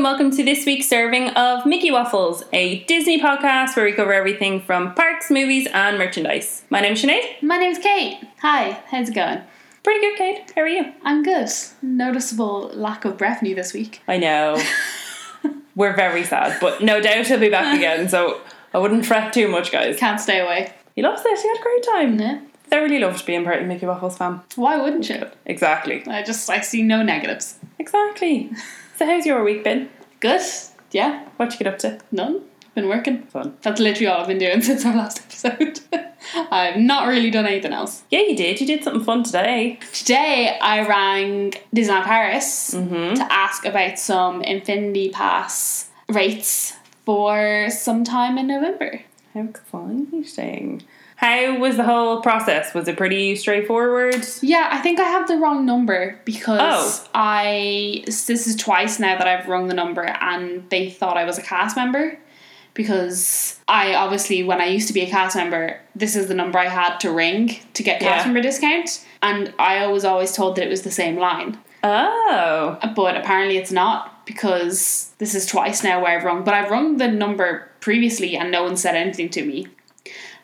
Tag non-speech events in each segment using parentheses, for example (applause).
welcome to this week's serving of Mickey Waffles, a Disney podcast where we cover everything from parks, movies, and merchandise. My name's Sinead. My name's Kate. Hi, how's it going? Pretty good, Kate. How are you? I'm good. Noticeable lack of revenue this week. I (laughs) know. We're very sad, but no doubt he'll be back again, so I wouldn't fret too much, guys. Can't stay away. He loves this. He had a great time. Yeah. (laughs) Thoroughly loved being part of Mickey Waffles fam. Why wouldn't you? Exactly. I just I see no negatives. Exactly. So how's your week been? Good. Yeah. What you get up to? None. Been working. Fun. That's literally all I've been doing (laughs) since our last episode. (laughs) I've not really done anything else. Yeah, you did. You did something fun today. Today I rang Disneyland Paris Mm-hmm. to ask about some Infinity Pass rates for sometime in November. How exciting. How was the whole process? Was it pretty straightforward? Yeah, I think I have the wrong number because Oh. I this is twice now that I've rung the number and they thought I was a cast member because I obviously when I used to be a cast member, this is the number I had to ring to get cast Yeah. member discount and I was always told that it was the same line. Oh. But apparently it's not because this is twice now where I've rung. But I've rung the number previously and no one said anything to me.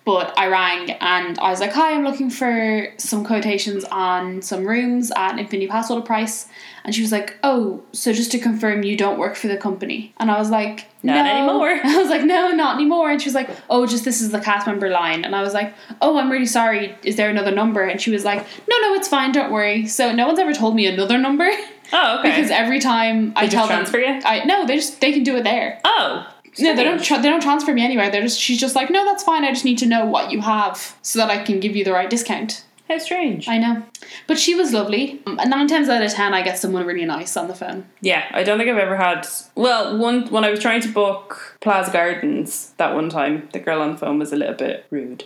But I rang and I was like, Hi, I'm looking for some quotations on some rooms at Infinity Pass Order Price. And she was like, Oh, so just to confirm, you don't work for the company. And I was like, Not no. anymore. (laughs) I was like, No, not anymore. And she was like, Oh, just this is the cast member line. And I was like, Oh, I'm really sorry. Is there another number? And she was like, No, no, it's fine. Don't worry. So no one's ever told me another number. (laughs) Oh, okay. Because every time I just tell transfer them, you? I no, they just they can do it there. oh. No, they don't. strange. Tra- they don't transfer me anywhere. They're just she's just like, no, that's fine. I just need to know what you have so that I can give you the right discount. How strange. I know, but she was lovely. Um, and Nine times out of ten, I get someone really nice on the phone. yeah, I don't think I've ever had. Well, one when I was trying to book Plaza Gardens that one time, the girl on the phone was a little bit rude.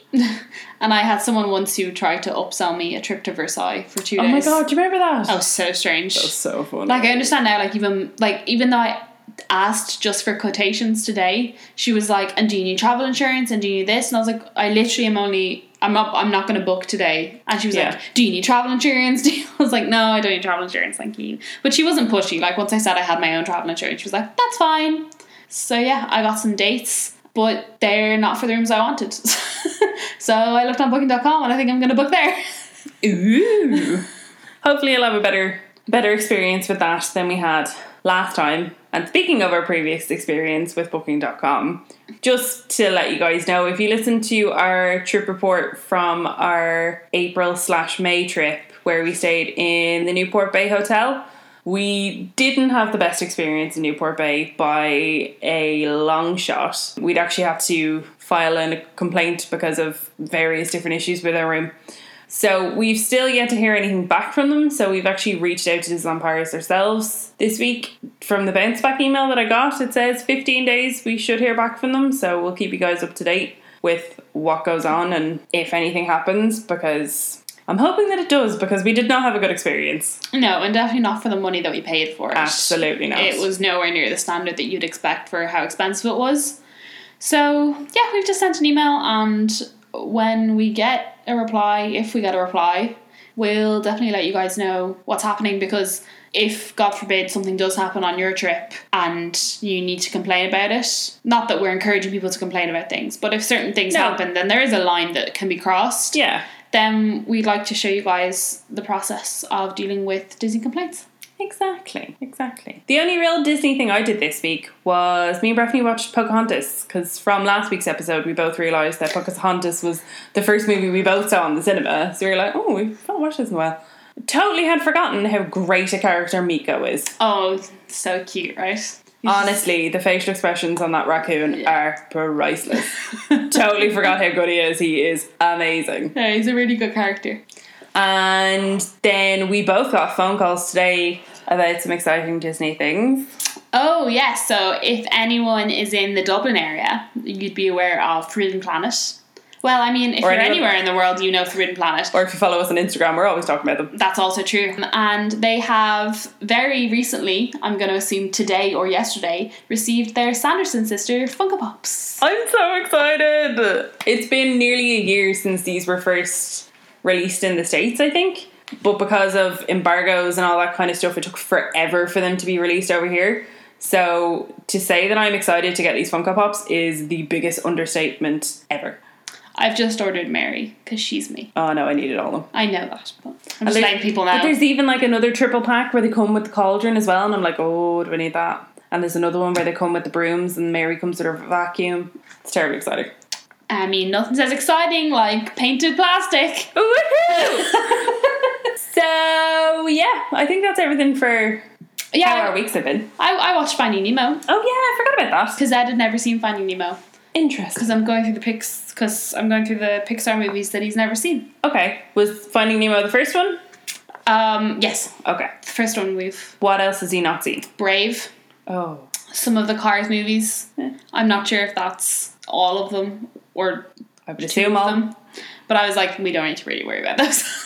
And I had someone once who tried to upsell me a trip to Versailles for two Oh my days. god, do you remember that? that was so strange. That was so funny. Like I understand now, like even like even though I asked just for quotations today, she was like, "And do you need travel insurance? And do you need this?" And I was like, "I literally am only." I'm not, I'm not going to book today. And she was Yeah. like, Do you need travel insurance? (laughs) Do you-" I was like, No, I don't need travel insurance, thank you. But she wasn't pushy. Like, once I said I had my own travel insurance, she was like, That's fine. So, yeah, I got some dates, but they're not for the rooms I wanted. (laughs) so, I looked on booking.com and I think I'm going to book there. (laughs) Ooh. Hopefully, you'll have a better better experience with that than we had last time. And speaking of our previous experience with Booking.com, just to let you guys know, if you listen to our trip report from our April slash May trip where we stayed in the Newport Bay Hotel, we didn't have the best experience in Newport Bay by a long shot. We'd actually had to file in a complaint because of various different issues with our room. So we've still yet to hear anything back from them. So we've actually reached out to Disneyland Paris ourselves this week. From the bounce back email that I got, it says 15 days we should hear back from them. So we'll keep you guys up to date with what goes on and if anything happens because I'm hoping that it does because we did not have a good experience. no, and definitely not for the money that we paid for it. Absolutely not. It was nowhere near the standard that you'd expect for how expensive it was. So, yeah, we've just sent an email, and when we get a reply, if we get a reply, we'll definitely let you guys know what's happening because if, God forbid, something does happen on your trip and you need to complain about it, not that we're encouraging people to complain about things, but if certain things No. happen, then there is a line that can be crossed. Yeah, Then we'd like to show you guys the process of dealing with Disney complaints. exactly, exactly. The only real Disney thing I did this week was me and Breffany watched Pocahontas because from last week's episode we both realised that Pocahontas was the first movie we both saw in the cinema. So we were like, oh, we've not watched this in a while. Totally had forgotten how great a character Miko is. Oh, so cute, right? (laughs) Honestly, the facial expressions on that raccoon are priceless. totally forgot how good he is. He is amazing. Yeah, he's a really good character. And then we both got phone calls today about some exciting Disney things. Oh, yes. So if anyone is in the Dublin area, you'd be aware of Forbidden Planet. Well, I mean, if Or you're anyone- anywhere in the world, you know Forbidden Planet. or if you follow us on Instagram, we're always talking about them. That's also true. And they have very recently, I'm going to assume today or yesterday, received their Sanderson sister Funko Pops. I'm so excited! It's been nearly a year since these were first released in the States, I think. But because of embargoes and all that kind of stuff, it took forever for them to be released over here. So to say that I'm excited to get these Funko Pops is the biggest understatement ever. I've just ordered Mary because she's me. Oh no, I needed all of them. I know that, but I'm And just there's- letting people But know. there's even like another triple pack where they come with the cauldron as well, and I'm like, oh, do I need that? And there's another one where they come with the brooms, and Mary comes with her vacuum. It's terribly exciting. I mean, nothing's as exciting like painted plastic. (laughs) so yeah, I think that's everything for how our Yeah, weeks have been. I, I watched Finding Nemo Oh yeah, I forgot about that. because Ed had never seen Finding Nemo Interesting. because I'm going through the pics because I'm going through the Pixar movies that he's never seen. Okay, was Finding Nemo the first one? Um, yes, Okay. the first one we've What else has he not seen? Brave, Oh. some of the Cars movies. Yeah. I'm not sure if that's all of them or I would two assume of all. them, but I was like, we don't need to really worry about those. (laughs)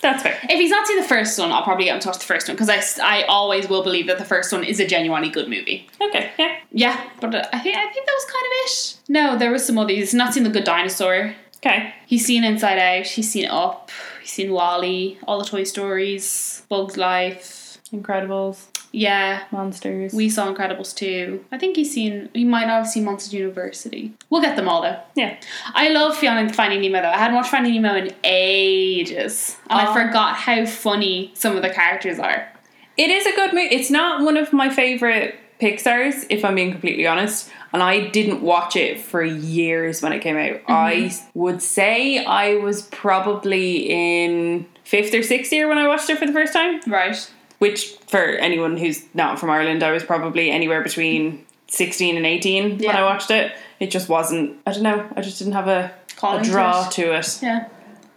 That's fair. if he's not seen the first one, I'll probably get him to watch the first one because I, s- I always will believe that the first one is a genuinely good movie. Okay. Yeah. Yeah, but uh, I think I think that was kind of it. No, there was some others. He's not seen The Good Dinosaur. Okay. He's seen Inside Out. He's seen Up. He's seen Wally. All the Toy Stories. Bugs Life. Incredibles, Yeah, monsters. we saw Incredibles too. I think he's seen. He might not have seen Monsters University. We'll get them all though. yeah. I love Fiona and Finding Nemo though. I hadn't watched Finding Nemo in ages, and Aw. I forgot how funny some of the characters are. It is a good movie. It's not one of my favorite Pixar's, if I'm being completely honest. And I didn't watch it for years when it came out. Mm-hmm. I would say I was probably in fifth or sixth year when I watched it for the first time. Right. Which, for anyone who's not from Ireland, I was probably anywhere between sixteen and eighteen when Yeah. I watched it. It just wasn't. I don't know. I just didn't have a, a Calling to draw it. to it. Yeah.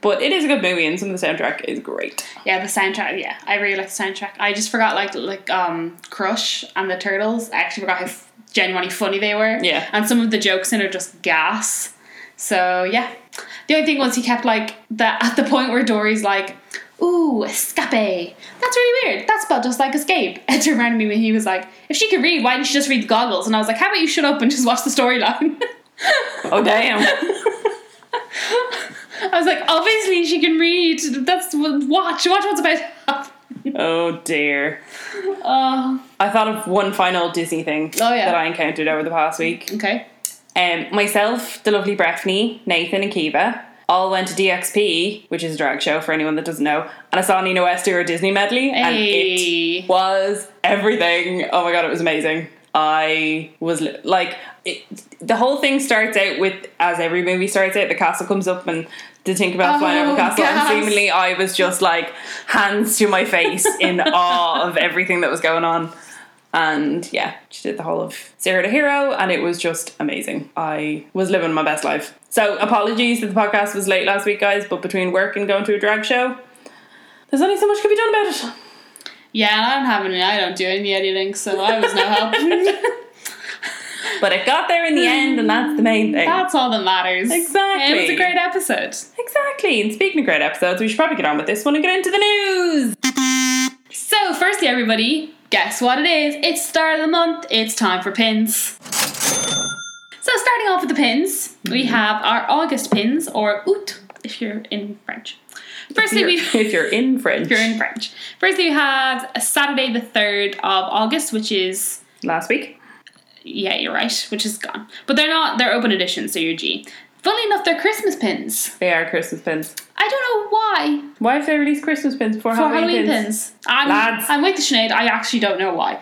But it is a good movie, and some of the soundtrack is great. Yeah, the soundtrack. Yeah, I really like the soundtrack. I just forgot like like um Crush and the Turtles. I actually forgot how f- genuinely funny they were. Yeah. and some of the jokes in it are just gas. So yeah, the only thing was he kept like that at the (laughs) point where Dory's like, "Ooh, escape." That's really weird. That's spelled just like escape. (laughs) It reminded me when he was like, "If she could read, why didn't she just read the goggles?" And I was like, "How about you shut up and just watch the storyline?" (laughs) Oh damn! I was like, obviously she can read. That's watch. Watch what's about. to happen." oh dear. Oh. I thought of one final Disney thing Oh, yeah. that I encountered over the past week. Okay. Um, myself, the lovely Breffni, Nathan, and Kiva all went to DXP, which is a drag show for anyone that doesn't know, and I saw Nina West do her Disney medley, and it Hey. was everything. Oh my god, it was amazing. I was li- like, it, the whole thing starts out with, as every movie starts out, the castle comes up and the Tinkerbell flying over Oh, the castle, gas. and seemingly I was just like hands to my face (laughs) in awe of everything that was going on. And yeah, she did the whole of Zero to Hero, and it was just amazing. I was living my best life. So, apologies that the podcast was late last week, guys, but between work and going to a drag show, there's only so much could be done about it. Yeah, and I don't have any. I don't do any editing, so I was no (laughs) help. But it got there in the end, and that's the main thing. That's all that matters. Exactly. It was a great episode. exactly. And speaking of great episodes, we should probably get on with this one and get into the news. So, firstly, everybody, guess what it is? It's start of the month. It's time for pins. So, starting off with the pins, Mm-hmm. we have our August pins, or oot, if you're in French. Firstly, If we. you're, if you're in French, (laughs) If you're in French. Firstly, we have Saturday the 3rd of August, which is last week. Yeah, you're right, which is gone. But they're not, they're open edition, so you're G. Funnily enough, they're Christmas pins. They are Christmas pins. I don't know why. Why have they released Christmas pins before For Halloween, Halloween, pins. I'm, Lads. I'm with the Sinead, I actually don't know why.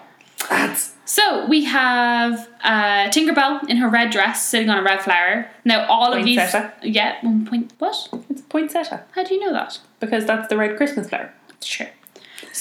That's So we have uh, Tinkerbell in her red dress sitting on a red flower. Now, all Poinsettia. of these. Yeah, one point. What? it's a poinsettia How do you know that? because that's the red Christmas flower. Sure.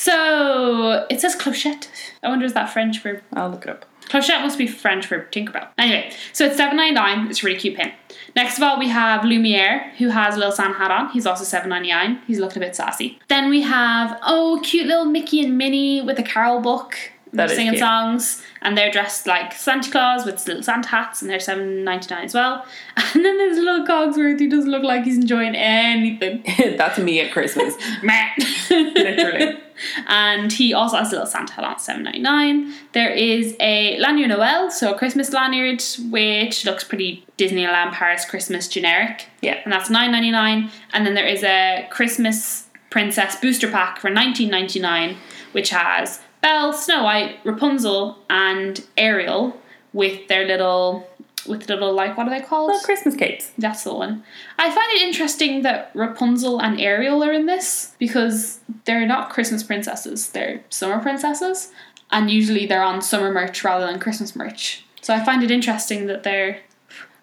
So it says clochette. I wonder is that French for I'll look it up. (laughs) Clochette must be French for Tinkerbell. Anyway, so it's seven ninety nine. It's a really cute pin. Next of all, we have Lumiere, who has Lil San hat on. He's also seven ninety nine. He's looking a bit sassy. Then we have oh, cute little Mickey and Minnie with a carol book. And That they're is singing cute. songs, and they're dressed like Santa Claus with little Santa hats, and they're seven ninety nine as well. (laughs) And then there's little Cogsworth who doesn't look like he's enjoying anything. that's me at (laughs) Christmas. Meh. Literally. (laughs) And he also has a little Santa hat on, seven ninety nine. There is a lanyard Noel, so a Christmas lanyard, which looks pretty Disneyland Paris Christmas generic, yeah, and that's nine ninety nine. And then there is a Christmas Princess booster pack for nineteen ninety nine, which has Belle, Snow White, Rapunzel, and Ariel with their little with their little like what are they called? Little Christmas cakes. That's the one. I find it interesting that Rapunzel and Ariel are in this because they're not Christmas princesses, they're summer princesses, and usually they're on summer merch rather than Christmas merch. So I find it interesting that they're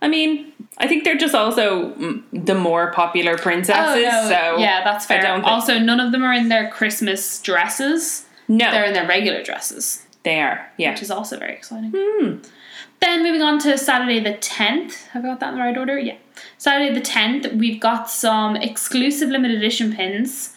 I mean, I think they're just also mm, the more popular princesses. so Oh, yeah, that's fair. don't think- also, none of them are in their Christmas dresses. no, They're in their regular dresses, they are. Yeah. which is also very exciting. Hmm. Then moving on to Saturday the 10th. Have I got that in the right order? Yeah. Saturday the 10th, we've got some exclusive limited edition pins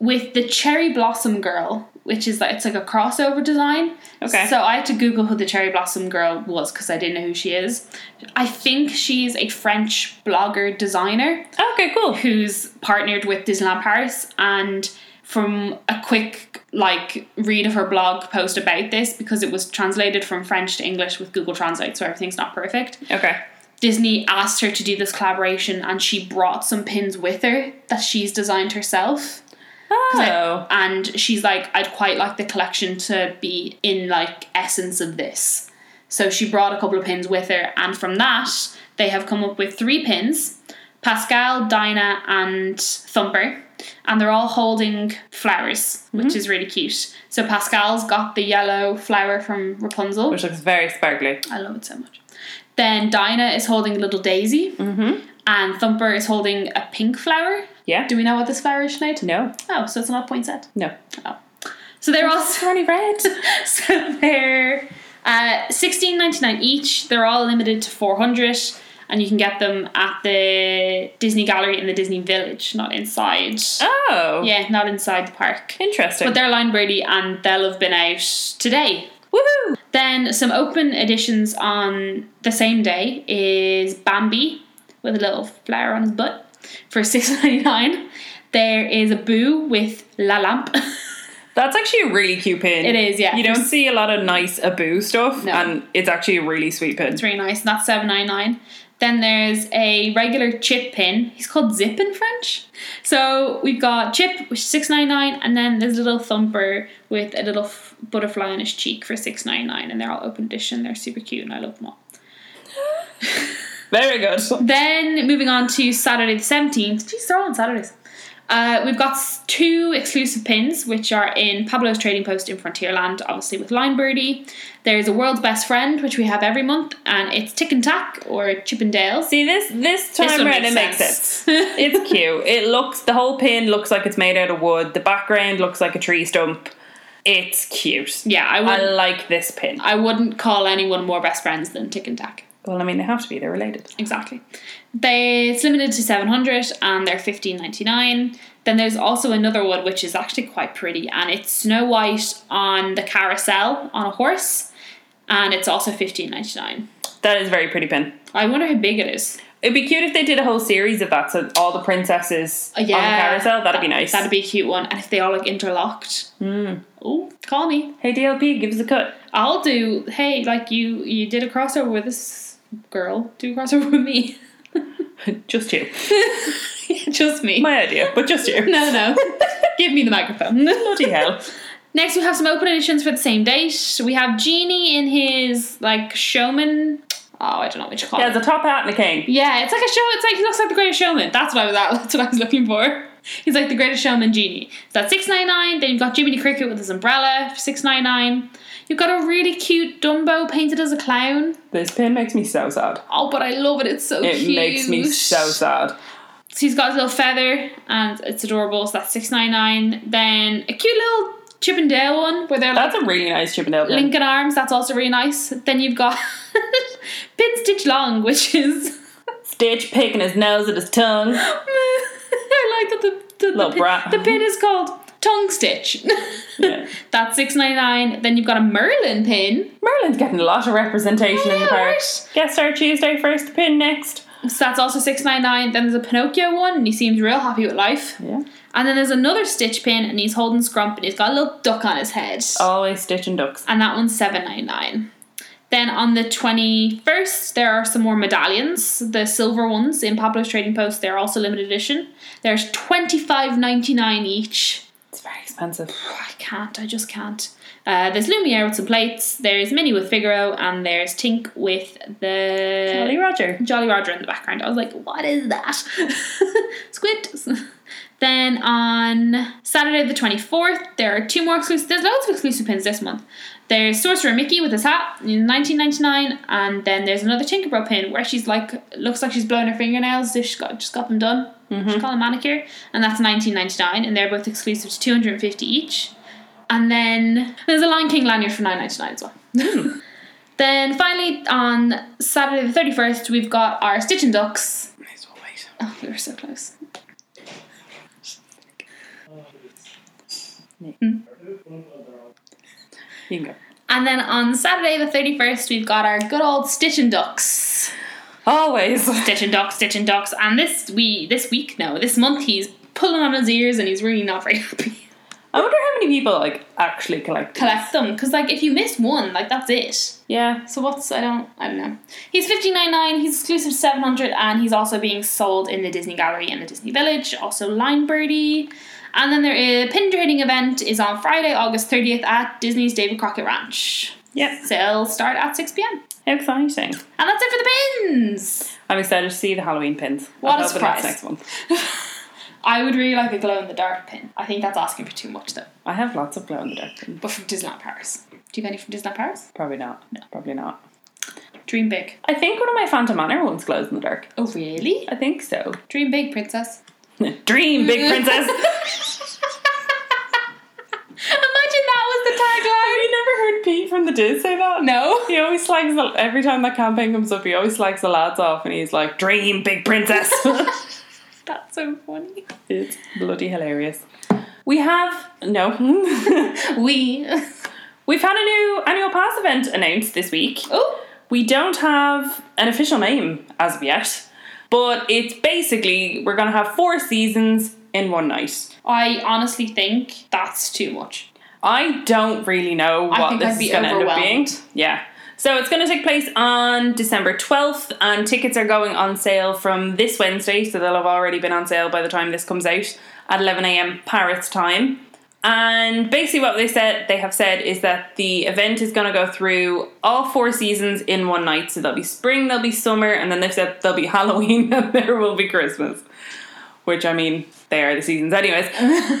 with the Cherry Blossom Girl, which is like it's like a crossover design. Okay. So I had to Google who the Cherry Blossom Girl was because I didn't know who she is. I think she's a French blogger designer Okay, cool. who's partnered with Disneyland Paris and from a quick like read of her blog post about this because it was translated from French to English with Google Translate so everything's not perfect. Okay. Disney asked her to do this collaboration and she brought some pins with her that she's designed herself Oh. and she's like I'd quite like the collection to be in like essence of this. So she brought a couple of pins with her and from that they have come up with three pins, Pascal, Dinah and Thumper, and they're all holding flowers, which is really cute. So Pascal's got the yellow flower from Rapunzel. Which looks very sparkly. I love it so much. Then Dinah is holding a little daisy Mm-hmm. and Thumper is holding a pink flower. Yeah. Do we know what this flower is, Sinead? No. Oh, so it's not poinsettia. No. So they're all (laughs) Ronnie (laughs) Red. so they're uh, sixteen ninety nine each. They're all limited to four hundred, and you can get them at the Disney Gallery in the Disney Village, not inside. Oh. Yeah, not inside the park. Interesting. But they're line birdie, and they'll have been out today. Woohoo! Then some open editions on the same day is Bambi with a little flower on his butt for (laughs) six ninety nine. There is a Boo with La Lamp. (laughs) That's actually a really cute pin. it is, yeah. You for don't see a lot of nice Abu stuff, No. and it's actually a really sweet pin. It's really nice. And that's seven nine nine. Then there's a regular chip pin. He's called Zip in French. So we've got chip, which is six nine nine, and then there's a little thumper with a little f- butterfly on his cheek for six nine nine, and they're all open edition. They're super cute, and I love them all. Very good. Then moving on to Saturday the seventeenth. Jeez, they're all on Saturdays. Uh, we've got s- two exclusive pins, which are in Pablo's Trading Post in Frontierland, obviously with Line Birdie. There's a World's Best Friend, which we have every month, and it's Tick and Tack or Chip and Dale. See this this time This one round makes it makes sense. sense. (laughs) It's cute. It looks the whole pin looks like it's made out of wood. The background looks like a tree stump. It's cute. yeah, I I wouldn't. like this pin. I wouldn't call anyone more best friends than Tick and Tack. Well, I mean they have to be. They're related. Exactly. They it's limited to seven hundred, and they're fifteen ninety nine. Then there's also another one which is actually quite pretty, and it's Snow White on the carousel on a horse, and it's also fifteen ninety nine. That is a very pretty pin. I wonder how big it is. It'd be cute if they did a whole series of that, so all the princesses Uh, yeah, on the carousel. That'd be that- nice. That'd be a cute one, and if they all like interlocked. Oh, call me. hey DLP, give us a cut. (laughs) I'll do. Hey, like you, you did a crossover with this girl. Do a crossover with me. (laughs) just you. Just me. My idea, but just you. no, no. (laughs) Give me the microphone. (laughs) Bloody hell. Next, we have some open editions for the same date. We have Genie in his like showman. Oh, I don't know what you call He has it. a top hat and a cane. Yeah, it's like a show. It's like he looks like the Greatest Showman. That's what I was at. (laughs) That's what I was looking for. He's like the Greatest Showman Genie. So that's six ninety nine. Then you've got Jiminy Cricket with his umbrella for six ninety nine. You've got a really cute Dumbo painted as a clown. This pin makes me so sad. Oh, but I love it. It's so It cute. makes me so sad. So he's got his little feather and it's adorable. So that's six ninety nine. Then a cute little Chip and Dale one where they're like That's a really nice chip and dale pin. Lincoln Arms, that's also really nice. Then you've got (laughs) Pin Stitch Long, which is. (laughs) Stitch picking his nose at his tongue. (laughs) I like that the, the, the, Little pin, brat. the pin is called Tongue Stitch. Yeah. (laughs) That's six ninety nine. Then you've got a Merlin pin. Merlin's getting a lot of representation in the Yeah, park. right? Guest star Tuesday first, pin next. So that's also six ninety nine. Then there's a Pinocchio one, and he seems real happy with life. Yeah. And then there's another Stitch pin, and he's holding Scrump, and he's got a little duck on his head. Always stitching ducks. and that one's seven ninety nine. Then on the twenty first, there are some more medallions, the silver ones in Pablo's Trading Post. They're also limited edition. There's twenty five ninety nine each. Oh, It's very expensive. I can't. I just can't. Uh, there's Lumiere with some plates. There's Minnie with Figaro, and there's Tink with the Jolly Roger. Jolly Roger in the background. I was like, what is that? (laughs) Squid. (laughs) Then on Saturday the 24th, there are two more exclusive. There's loads of exclusive pins this month. There's Sorcerer Mickey with his hat in 1999, and then there's another Tinkerbell pin where she's like, looks like she's blown her fingernails. So she's got just got them done. She's called a manicure, and that's 19.99, and they're both exclusive to 250 each. And then there's a Lion King lanyard for 9.99 as well. then finally on Saturday the 31st, we've got our Stitch and Ducks. May as well wait. Oh, we were so close. You can go. And then on Saturday the 31st, we've got our good old Stitch and Ducks. Always. Stitch and Ducks, Stitch and Ducks. And this we this week, no, this month he's pulling on his ears and he's really not very (laughs) happy. I wonder how many people like actually collect. Collect them, because like if you miss one, like that's it. Yeah. So what's I don't I don't know. He's 59.9, he's exclusive to 700, and he's also being sold in the Disney Gallery and the Disney Village. Also Line Birdie. And then there is pin trading event is on Friday, August 30th at Disney's David Crockett Ranch. Yep. Sales start at 6 p.m. How exciting. And that's it for the pins. I'm excited to see the Halloween pins. What a I'm hoping that's surprise. Next month. I would really like a glow in the dark pin. I think that's asking for too much though. I have lots of glow in the dark pins. But from Disneyland Paris. Do you have any from Disneyland Paris? Probably not. Probably not. Dream big. I think one of my Phantom Manor ones glows in the dark. Oh really? I think so. (laughs) Dream big, princess. Dream, (laughs) big princess. Imagine that you never heard Pete from the Diz say that? No. He always slags the, every time that campaign comes up. He always slags the lads off, and he's like, "Dream, big (laughs) princess." was the tagline. That's so funny. it's bloody hilarious. We have no. (laughs) We We've had a new annual pass event announced this week. Oh We don't have an official name as of yet, but it's basically we're going to have four seasons in one night. I honestly think that's too much. I don't really know I what think this I'd be is going to end up being. overwhelmed. Yeah. So it's going to take place on December 12th, and tickets are going on sale from this Wednesday, so they'll have already been on sale by the time this comes out at 11 a.m. Paris time. And basically, what they said they have said is that the event is going to go through all four seasons in one night. So there'll be spring, there'll be summer, and then they've said there'll be (laughs) Halloween, and there will be Christmas. Which I mean, they are the seasons, anyways.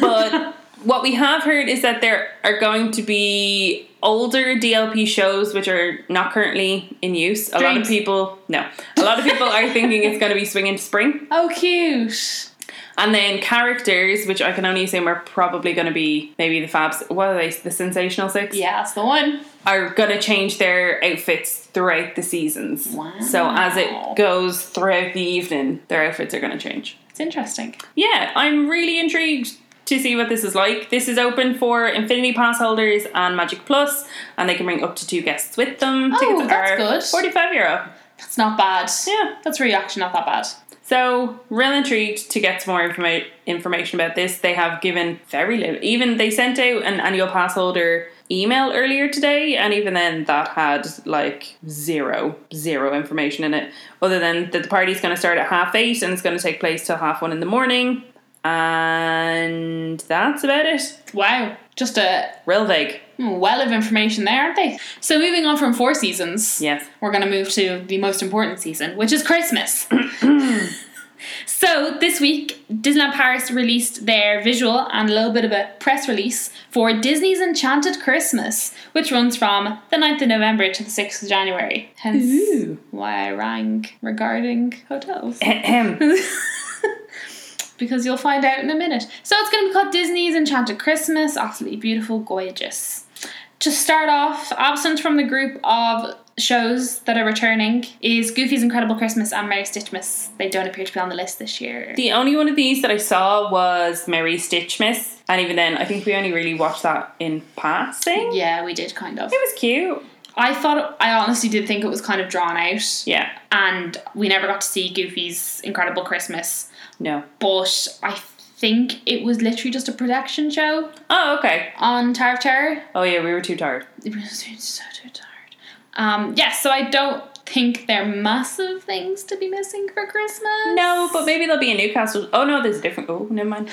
(laughs) But what we have heard is that there are going to be older DLP shows which are not currently in use. A lot of Dreams. people, no, a lot of people are thinking it's going to be Swing into Spring. Oh cute. And then characters, which I can only assume are probably going to be maybe the Fabs, what are they, the Sensational Six? Yeah, that's the one. Are going to change their outfits throughout the seasons. Wow. So as it goes throughout the evening, their outfits are going to change. It's interesting. Yeah, I'm really intrigued to see what this is like. This is open for Infinity Pass holders and Magic Plus, and they can bring up to two guests with them. Oh, Tickets that's are good. 45 euro. That's not bad. Yeah. That's really actually not that bad. So, real intrigued to get some more informa- information about this. They have given very little. Even they sent out an annual pass holder email earlier today, and even then, that had like zero, zero information in it, other than that the party's going to start at half eight and it's going to take place till half one in the morning. And that's about it. Wow. Just a hmm, Real vague. well of information there, aren't they? So moving on from four seasons. Yes. we're going to move to the most important season, which is Christmas. so, this week, Disneyland Paris released their visual and a little bit of a press release for Disney's Enchanted Christmas, which runs from the 9th of November to the 6th of January. Hence Ooh. why I rang regarding hotels. Ahem. because you'll find out in a minute. So it's going to be called Disney's Enchanted Christmas. Absolutely beautiful, gorgeous. To start off, absent from the group of shows that are returning is Goofy's Incredible Christmas and Merry Stitchmas. They don't appear to be on the list this year. the only one of these that I saw was Merry Stitchmas, and even then, I think we only really watched that in passing. yeah, we did kind of. It was cute. I thought, I honestly did think it was kind of drawn out, Yeah. and we never got to see Goofy's Incredible Christmas, No. but I think it was literally just a production show Oh, okay. on Tower of Terror. Oh, yeah, we were too tired. It was so too tired. (laughs) Um, yes, so I don't think they're massive things to be missing for Christmas. No, but maybe there'll be a Newcastle. Oh, no, there's a different. Oh, never mind.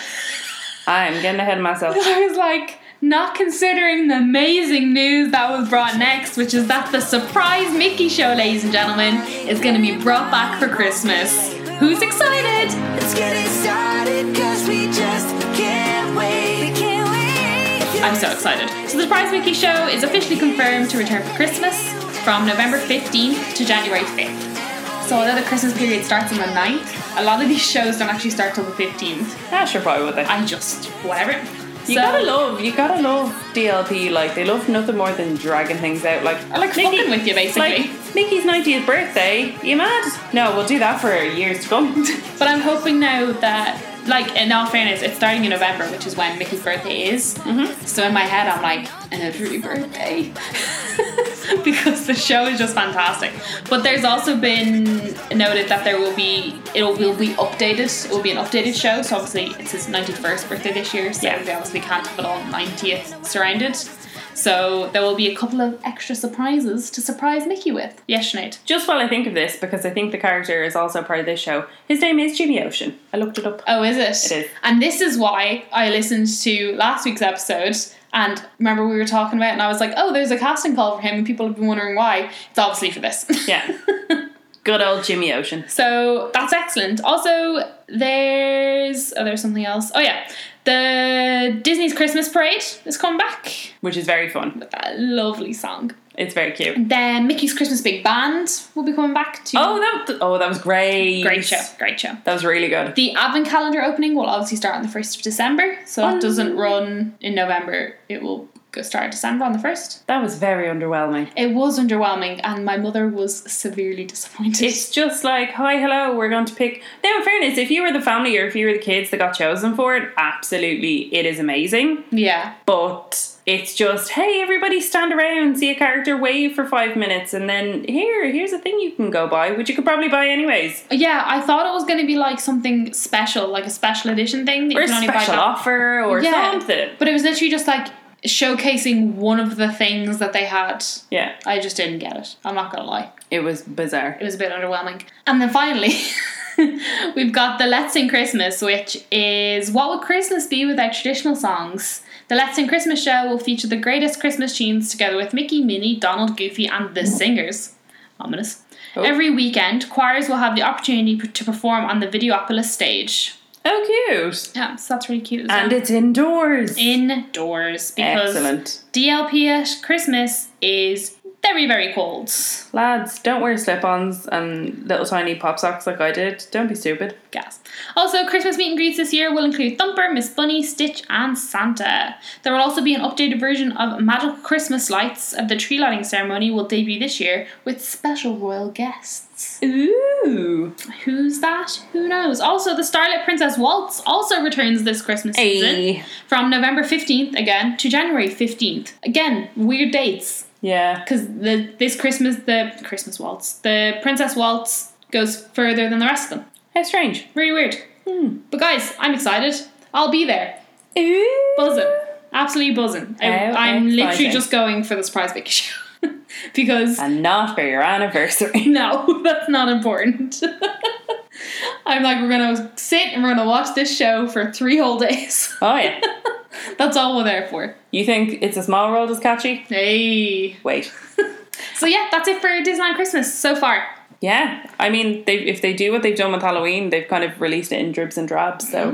I'm getting ahead of myself. (laughs) I was like, not considering the amazing news that was brought next, which is that the surprise Mickey show, ladies and gentlemen, is going to be brought back for Christmas. Who's excited? Let's get it started, cause we just can't wait. We can't wait. I'm so excited. So, the Surprise Mickey show is officially confirmed to return for Christmas from November 15th to January 5th. So, although the Christmas period starts on the 9th, a lot of these shows don't actually start till the 15th. Yeah, sure, probably would they? I just, whatever. You So- gotta love, you gotta love DLP. Like they love nothing more than dragging things out. Like, Or, like, fucking with you, basically. Like Mickey's ninetieth birthday. You mad? No, we'll do that for years to come. (laughs) But I'm hoping now that, like, in all fairness, it's starting in November, which is when Mickey's birthday is. Mm-hmm. So in my head, I'm like, every birthday. (laughs) because the show is just fantastic. But there's also been noted that there will be, it will be updated. It will be an updated show. So obviously, it's his 91st birthday this year. So Yeah. they obviously can't have it all 90th surrounded. So there will be a couple of extra surprises to surprise Mickey with. Yes, Sinead. Just while I think of this, because I think the character is also part of this show. His name is Jimmy Ocean. I looked it up. Oh, is it? It is. And this is why I listened to last week's episode. And remember, we were talking about, it and I was like, "Oh, there's a casting call for him," and people have been wondering why. It's obviously for this. (laughs) Yeah. Good old Jimmy Ocean. So that's excellent. Also, there's oh, there's something else. Oh yeah, the Disney's Christmas Parade is coming back Which is very fun. with that lovely song. It's very cute. Then Mickey's Christmas Big Band will be coming back to. Oh that oh that was great. great show! Great show. That was really good. The advent calendar opening will obviously start on the 1st of December, so it Oh. doesn't run in November. It will go start December on the 1st. That was very underwhelming. It was underwhelming, and my mother was severely disappointed. It's just like, hi, hello, we're going to pick. Now, in fairness, if you were the family or if you were the kids that got chosen for it, absolutely, it is amazing. (laughs) yeah. But it's just, hey, everybody stand around, see a character wave for five minutes, and then here, here's a thing you can go buy, which you could probably buy anyways. Yeah, I thought it was going to be like something special, like a special edition thing. that Or you a can only buy special that- offer or Yeah. something. But it was literally just like showcasing one of the things that they had. Yeah, I just didn't get it. I'm not going to lie. it was bizarre. it was a bit underwhelming. And then finally, (laughs) we've got the Let's Sing Christmas, which is what would Christmas be without traditional songs? The Let's Sing Christmas show will feature the greatest Christmas tunes together with Mickey, Minnie, Donald, Goofy, and the singers. Ominous. Oh. Every weekend, choirs will have the opportunity p- to perform on the Videopolis stage. Oh, cute. Yeah, so that's really cute. As And well. it's indoors. indoors because Excellent. DLP at Christmas is very, very cold. Lads, don't wear slip ons and little tiny pop socks like I did. Don't be stupid. Gas. Also, Christmas meet and greets this year will include Thumper, Miss Bunny, Stitch, and Santa. There will also be an updated version of Magical Christmas Lights of the tree lighting ceremony will debut this year with special royal guests. Ooh. Who's that? Who knows? Also, the Starlit Princess Waltz also returns this Christmas Hey. season from November 15th again to January 15th. Again, weird dates Yeah. because the this Christmas the Christmas Waltz, the Princess Waltz goes further than the rest of them. How strange. Really weird. Hmm. But guys, I'm excited. I'll be there. Ooh. Buzzing. Absolutely buzzing. I, How I'm literally exciting. just going for the surprise Vicky show. (laughs) because And not for your anniversary. (laughs) no, (laughs) that's not important. (laughs) I'm like, we're gonna sit and we're gonna watch this show for three whole days. (laughs) oh yeah. that's all we're there for. You think it's a small world is catchy? Hey. Wait. (laughs) So yeah, that's it for Disneyland Christmas so far. Yeah. I mean, they, if they do what they've done with Halloween, they've kind of released it in dribs and drabs. So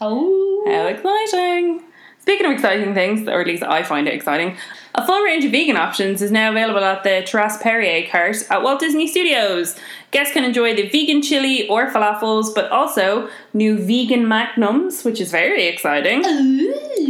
Oh. how exciting! Speaking of exciting things, or at least I find it exciting, a full range of vegan options is now available at the Terrace Perrier cart at Walt Disney Studios. Guests can enjoy the vegan chili or falafels, but also new vegan magnums, which is very exciting.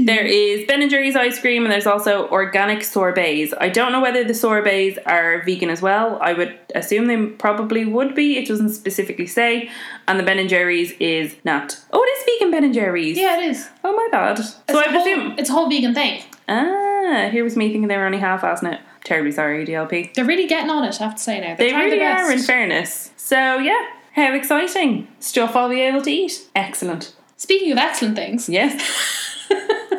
There is Ben and Jerry's ice cream, and there's also organic sorbets. I don't know whether the sorbets are vegan as well. I would assume they probably would be. It doesn't specifically say. And the Ben and Jerry's is not. Oh, it is vegan Ben and Jerry's. Yeah, it is. Oh my god. So I It's a whole- presume. it's a whole vegan thing. Ah, here was me thinking they were only half assing it. Terribly sorry, DLP. They're really getting on it, I have to say now. They're They trying really their are, in best. fairness. So yeah, how exciting. Stuff I'll be able to eat. Excellent. Speaking of excellent things, Yes. (laughs)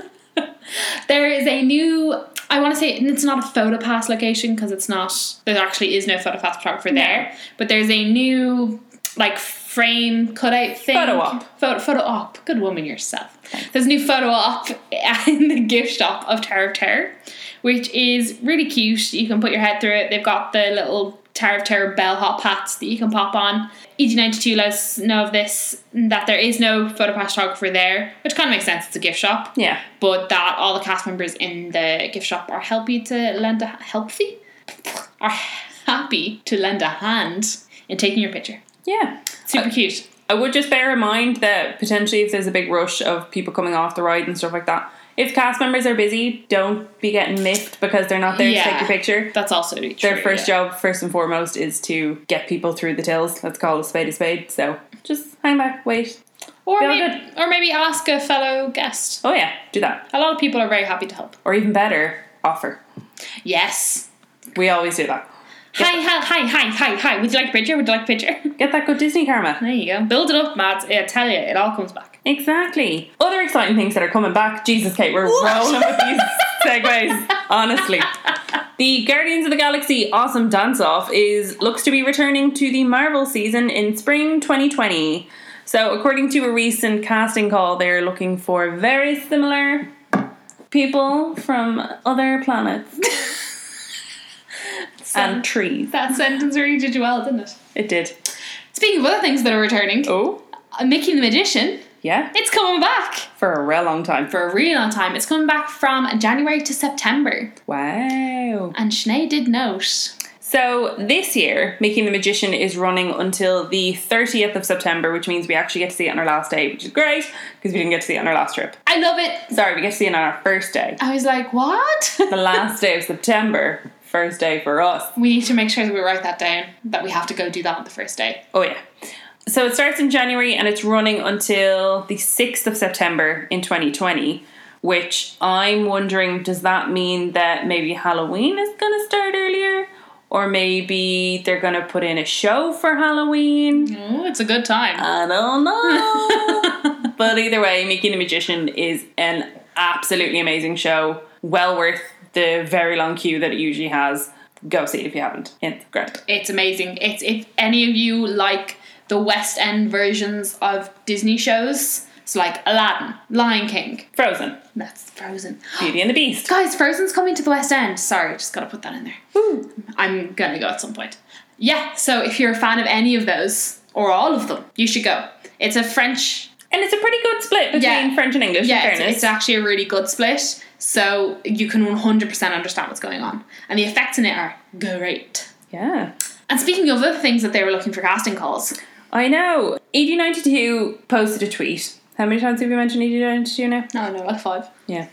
there is a new. I want to say and it's not a photo pass location because it's not. There actually is no photo pass photographer there, but there's a new like frame cutout thing. Photo op. Photo, photo op. Good woman yourself. There's a new photo op (laughs) in the gift shop of Tower of Terror, which is really cute. You can put your head through it. They've got the little Tower of Terror bellhop hats that you can pop on. E EG92 lets us know of this, that there is no photo pass photographer there, which kind of makes sense. It's a gift shop. Yeah. But that all the cast members in the gift shop are helpy to lend a healthy are happy to lend a hand in taking your picture. Yeah. Super cute. I would just bear in mind that potentially if there's a big rush of people coming off the ride and stuff like that, if cast members are busy, don't be getting miffed because they're not there to Yeah. take your picture. That's also true. Their first yeah. job, first and foremost, is to get people through the tills. Let's call a spade a spade. So just hang back, wait. or Feel maybe, or maybe ask a fellow guest. Oh yeah, do that. A lot of people are very happy to help. Or even better, offer. Yes. We always do that. Hi, hi, hi, hi, hi, hi. Would you like a picture? Would you like a picture? (laughs) Get that good Disney karma. There you go. Build it up, Mads. I tell you, it all comes back. Exactly. Other exciting things that are coming back. Jesus, Kate, we're rolling with these segues. Honestly. The Guardians of the Galaxy Awesome Dance Off is looks to be returning to the Marvel season in spring 2020. So, according to a recent casting call, they're looking for very similar people from other planets and trees. That sentence really did you well, didn't it? It did. Speaking of other things that are returning, Oh, uh, Mickey the Magician, yeah, it's coming back for a real long time. for a really long time. It's coming back from January to September. Wow. And Sinead did note So this year, Making the Magician is running until the 30th of September, which means we actually get to see it on our last day, which is great because we didn't get to see it on our last trip. I love it. Sorry, we get to see it on our first day. I was like, what? (laughs) The last day of September, first day for us. we need to make sure that we write that down, that we have to go do that on the first day. Oh, yeah. So it starts in January and it's running until the 6th of September in 2020, which I'm wondering does that mean that maybe Halloween is going to start earlier? Or maybe they're going to put in a show for Halloween? Oh, it's a good time. I don't know. but either way, Mickey the Magician is an absolutely amazing show. Well worth the very long queue that it usually has. Go see it if you haven't. It's great. It's amazing. It's if any of you like the West End versions of Disney shows, it's like Aladdin, Lion King, Frozen, that's Frozen. Beauty and the Beast. Guys, Frozen's coming to the West End. Sorry, just gotta put that in there. I'm gonna go at some point. Yeah, so if you're a fan of any of those, or all of them, you should go. It's a French And it's a pretty good split between Yeah. French and English, yeah, in it's, fairness. it's actually a really good split. So you can 100% understand what's going on. And the effects in it are great. yeah. And speaking of other things that they were looking for casting calls, I know. ED92 posted a tweet. How many times have you mentioned ED92 now? no, no, like five. (laughs) Yeah.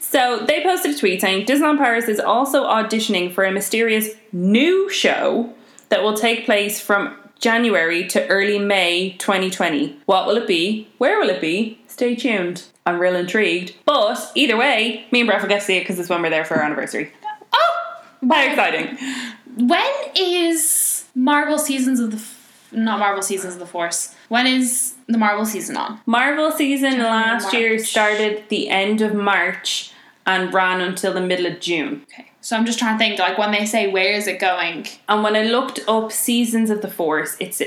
so they posted a tweet saying Disneyland Paris is also auditioning for a mysterious new show that will take place from January to early May 2020. What will it be? Where will it be? Stay tuned. I'm real intrigued. But either way, me and Brett will get to see it because it's when we're there for our anniversary. Oh! How exciting! When is Marvel Seasons of the. F- not Marvel Seasons of the Force. When is the Marvel season on? Marvel season last year March. started the end of March and ran until the middle of June. Okay. So I'm just trying to think, like, when they say where is it going? And when I looked up seasons of the Force, it's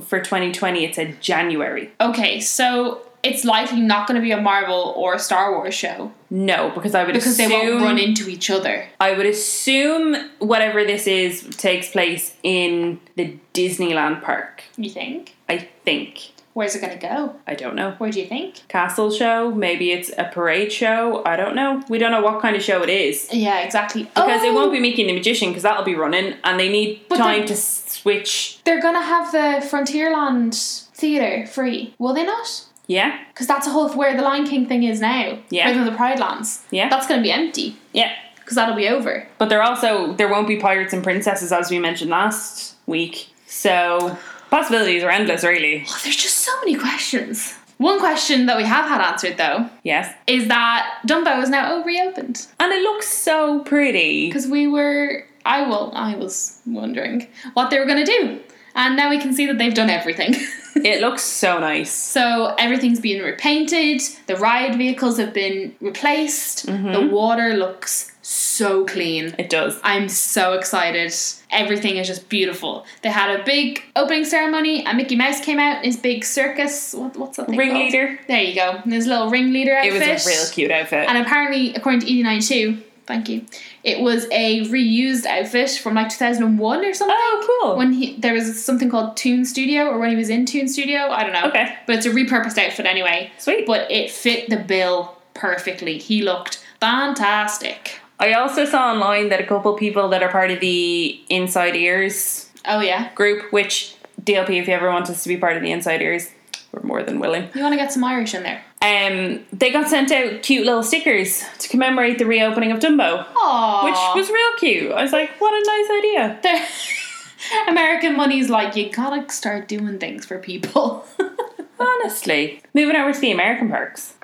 for 2020. It said January. Okay, so it's likely not going to be a Marvel or a Star Wars show No, because I would because assume they won't run into each other. I would assume whatever this is takes place in the Disneyland park. You think? I think. Where's it going to go? I don't know. Where do you think? Castle show, maybe it's a parade show. I don't know. We don't know what kind of show it is. Yeah, exactly. Because it won't Oh, be Mickey and the Magician because that'll be running and they need But time then- to switch. They're gonna have the Frontierland theater free, will they not? Yeah? Because that's a whole where the Lion King thing is now. Yeah. Rather than the Pride Lands. Yeah. That's gonna be empty Yeah. because that'll be over. But there also there won't be pirates and princesses as we mentioned last week. So possibilities are endless really. Oh, there's just so many questions. One question that we have had answered though Yes. is that Dumbo is now oh, reopened And it looks so pretty. because we were I will I was wondering what they were gonna do, and now we can see that they've done everything. (laughs) It looks so nice. So everything's been repainted, the riot vehicles have been replaced, Mm-hmm. the water looks so clean. It does. I'm so excited. Everything is just beautiful. They had a big opening ceremony, and Mickey Mouse came out in his big circus. What, what's that thing called? Ringleader. There you go. in His little ringleader It outfit. was a real cute outfit. And apparently, according to ED92, thank you, it was a reused outfit from like 2001 or something. oh, cool. When he there was something called Toon Studio, or when he was in Toon Studio, I don't know. Okay. But it's a repurposed outfit anyway. Sweet. But it fit the bill perfectly. He looked fantastic. I also saw online that a couple people that are part of the Inside Ears Oh yeah. group, which DLP, if you ever want us to be part of the Inside Ears, we're more than willing. You want to get some Irish in there? Um, they got sent out cute little stickers to commemorate the reopening of Dumbo, Aww. which was real cute. I was like, what a nice idea. They're- (laughs) American money's like you gotta start doing things for people. (laughs) Honestly. Moving over to the American perks.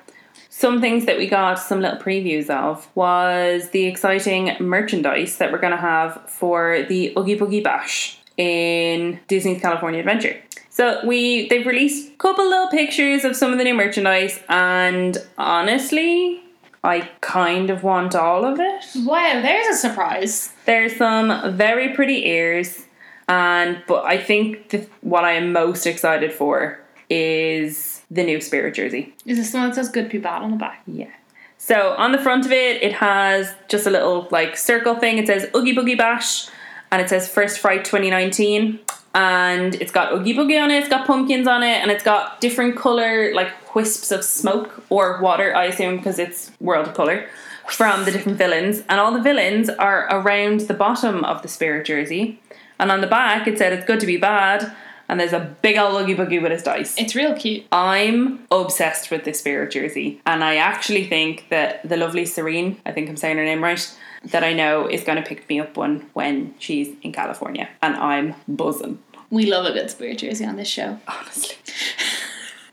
Some things that we got some little previews of was the exciting merchandise that we're going to have for the Oogie Boogie Bash in Disney's California Adventure. So we they've released a couple little pictures of some of the new merchandise and honestly, I kind of want all of it. wow, there's a surprise. There's some very pretty ears, and but I think the, what I am most excited for is the new spirit jersey. Is this the one that says good people out on the back? Yeah. So on the front of it, it has just a little like circle thing. It says Oogie Boogie Bash, and it says First Fright 2019, and it's got Oogie Boogie on it. It's got pumpkins on it, and it's got different color like wisps of smoke or water. I assume because it's world of color from the different villains, and all the villains are around the bottom of the spirit jersey, and on the back it said it's good to be bad, and there's a big old Oogie Boogie with his dice. It's real cute. I'm obsessed with this spirit jersey, and I actually think that the lovely Serene, I think I'm saying her name right, that I know is going to pick me up one when she's in California, and I'm buzzing. We love a good spirit jersey on this show. Honestly,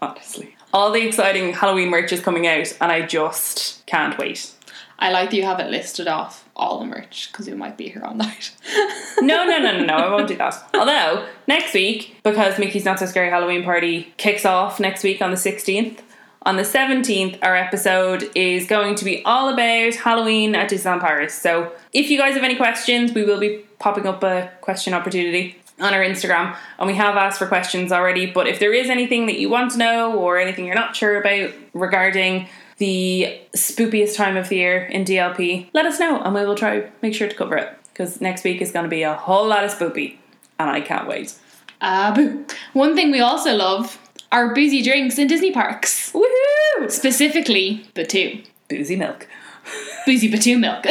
honestly, all the exciting Halloween merch is coming out, and I just can't wait. I like that you haven't listed off all the merch because we might be here all night. (laughs) No, no, no, no, no, I won't do that. Although next week, because Mickey's Not So Scary Halloween Party kicks off next week on the 16th, on the 17th, our episode is going to be all about Halloween at Disneyland Paris. So if you guys have any questions, we will be popping up a question opportunity on our Instagram. And we have asked for questions already, but if there is anything that you want to know or anything you're not sure about regarding the spookiest time of the year in DLP, let us know and we will try make sure to cover it. Because next week is going to be a whole lot of spoopy, and I can't wait. Ah, boo. One thing we also love are boozy drinks in Disney parks. Woohoo! Specifically, Batu. Boozy milk. (laughs) Boozy Batu milk. (laughs)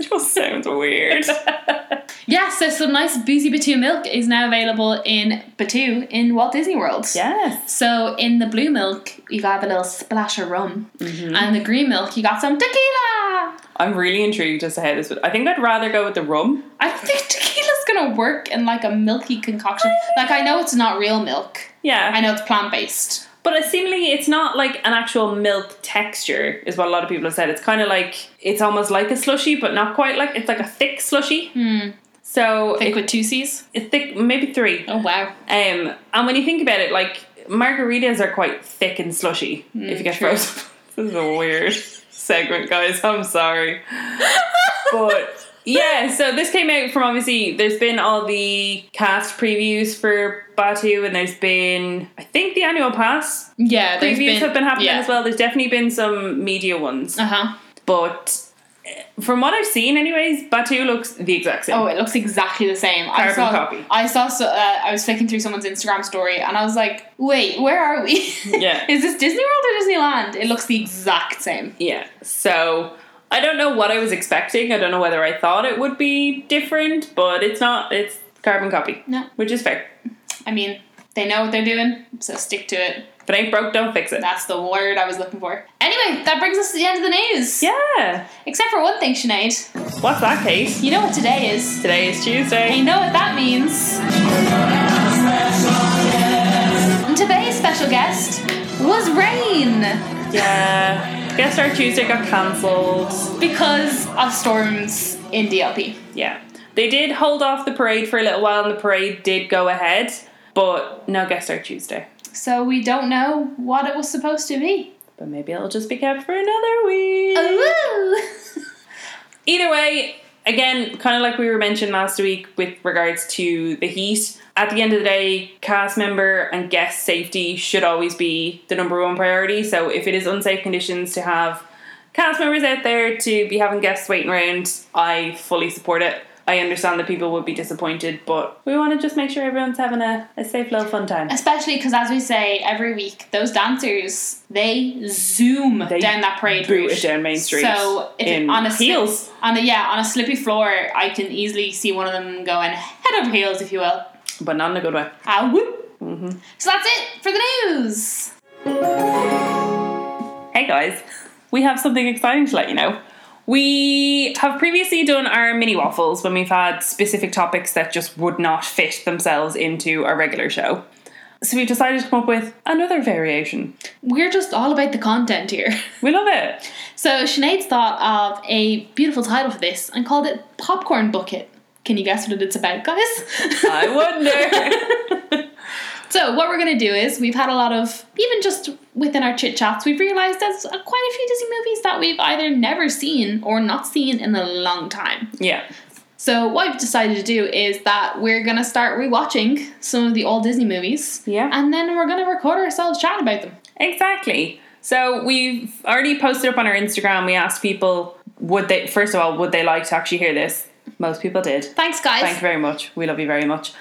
Just sounds weird. yeah, so some nice boozy Batu milk is now available in Batu in Walt Disney World. yes. So in the blue milk, you got a little splash of rum. And the green milk, you got some tequila. I'm really intrigued as to how this would. I think I'd rather go with the rum. I don't think (laughs) tequila's gonna work in like a milky concoction. Like I know it's not real milk. Yeah. I know it's plant based. But uh, seemingly, it's not like an actual milk texture, is what a lot of people have said. It's kind of like it's almost like a slushy, but not quite like it's like a thick slushy. So Thick it- with two C's. it's thick, maybe three. Oh wow. Um, and when you think about it, like margaritas are quite thick and slushy if you get Mm, true. frozen. (laughs) this is a weird segment, guys. I'm sorry, but yeah. So this came out from obviously. There's been all the cast previews for Batu, and there's been I think the annual pass Yeah, there's previews have been happening yeah. as well. There's definitely been some media ones, Uh huh. but eh, from what I've seen, anyways, Batu looks the exact same. Oh, it looks exactly the same. I Carbon saw. copy. I saw. So, uh, I was flicking through someone's Instagram story, and I was like, "Wait, where are we? (laughs) Yeah. is this Disney World or Disneyland? It looks the exact same." Yeah. So I don't know what I was expecting. I don't know whether I thought it would be different, but it's not. It's carbon copy. No. Which is fair. I mean, they know what they're doing, so stick to it. If it ain't broke, don't fix it. That's the word I was looking for. Anyway, that brings us to the end of the news. Yeah. Except for one thing, Sinead. What's that, Kate? You know what today is. Today is Tuesday. You know what that means. And today's special guest was Rain. Yeah. Guess our Tuesday got cancelled. Because of storms in DLP. Yeah. They did hold off the parade for a little while, and the parade did go ahead. but no guest star Tuesday. So we don't know what it was supposed to be. But maybe it'll just be kept for another week. Either way, again, kind of like we were mentioned last week with regards to the heat, at the end of the day, cast member and guest safety should always be the number one priority. So if it is unsafe conditions to have cast members out there to be having guests waiting around, I fully support it. I understand that people would be disappointed, but we want to just make sure everyone's having a, a safe little fun time. Especially because, as we say every week, those dancers they zoom They down that parade boot route it down Main Street So if in it, on a slip- heels. on a yeah, on a slippy floor, I can easily see one of them going head over heels, if you will. but not in a good way. Ah, whoop. Mm-hmm. So that's it for the news. Hey guys, we have something exciting to let you know. We have previously done our mini waffles when we've had specific topics that just would not fit themselves into our regular show. So we decided to come up with another variation. We're just all about the content here. (laughs) We love it. So Sinead's thought of a beautiful title for this and called it Popcorn Bucket. Can you guess what it's about, guys? I wonder. (laughs) So what we're gonna do is we've had a lot of even just within our chit chats, we've realised there's uh, quite a few Disney movies that we've either never seen or not seen in a long time. (laughs) yeah. So what we've decided to do is that we're gonna start rewatching some of the old Disney movies. Yeah. And then we're gonna record ourselves chatting about them. Exactly. So we've already posted up on our Instagram. We asked people would they first of all would they like to actually hear this? Most people did. Thanks guys. Thank you very much. We love you very much.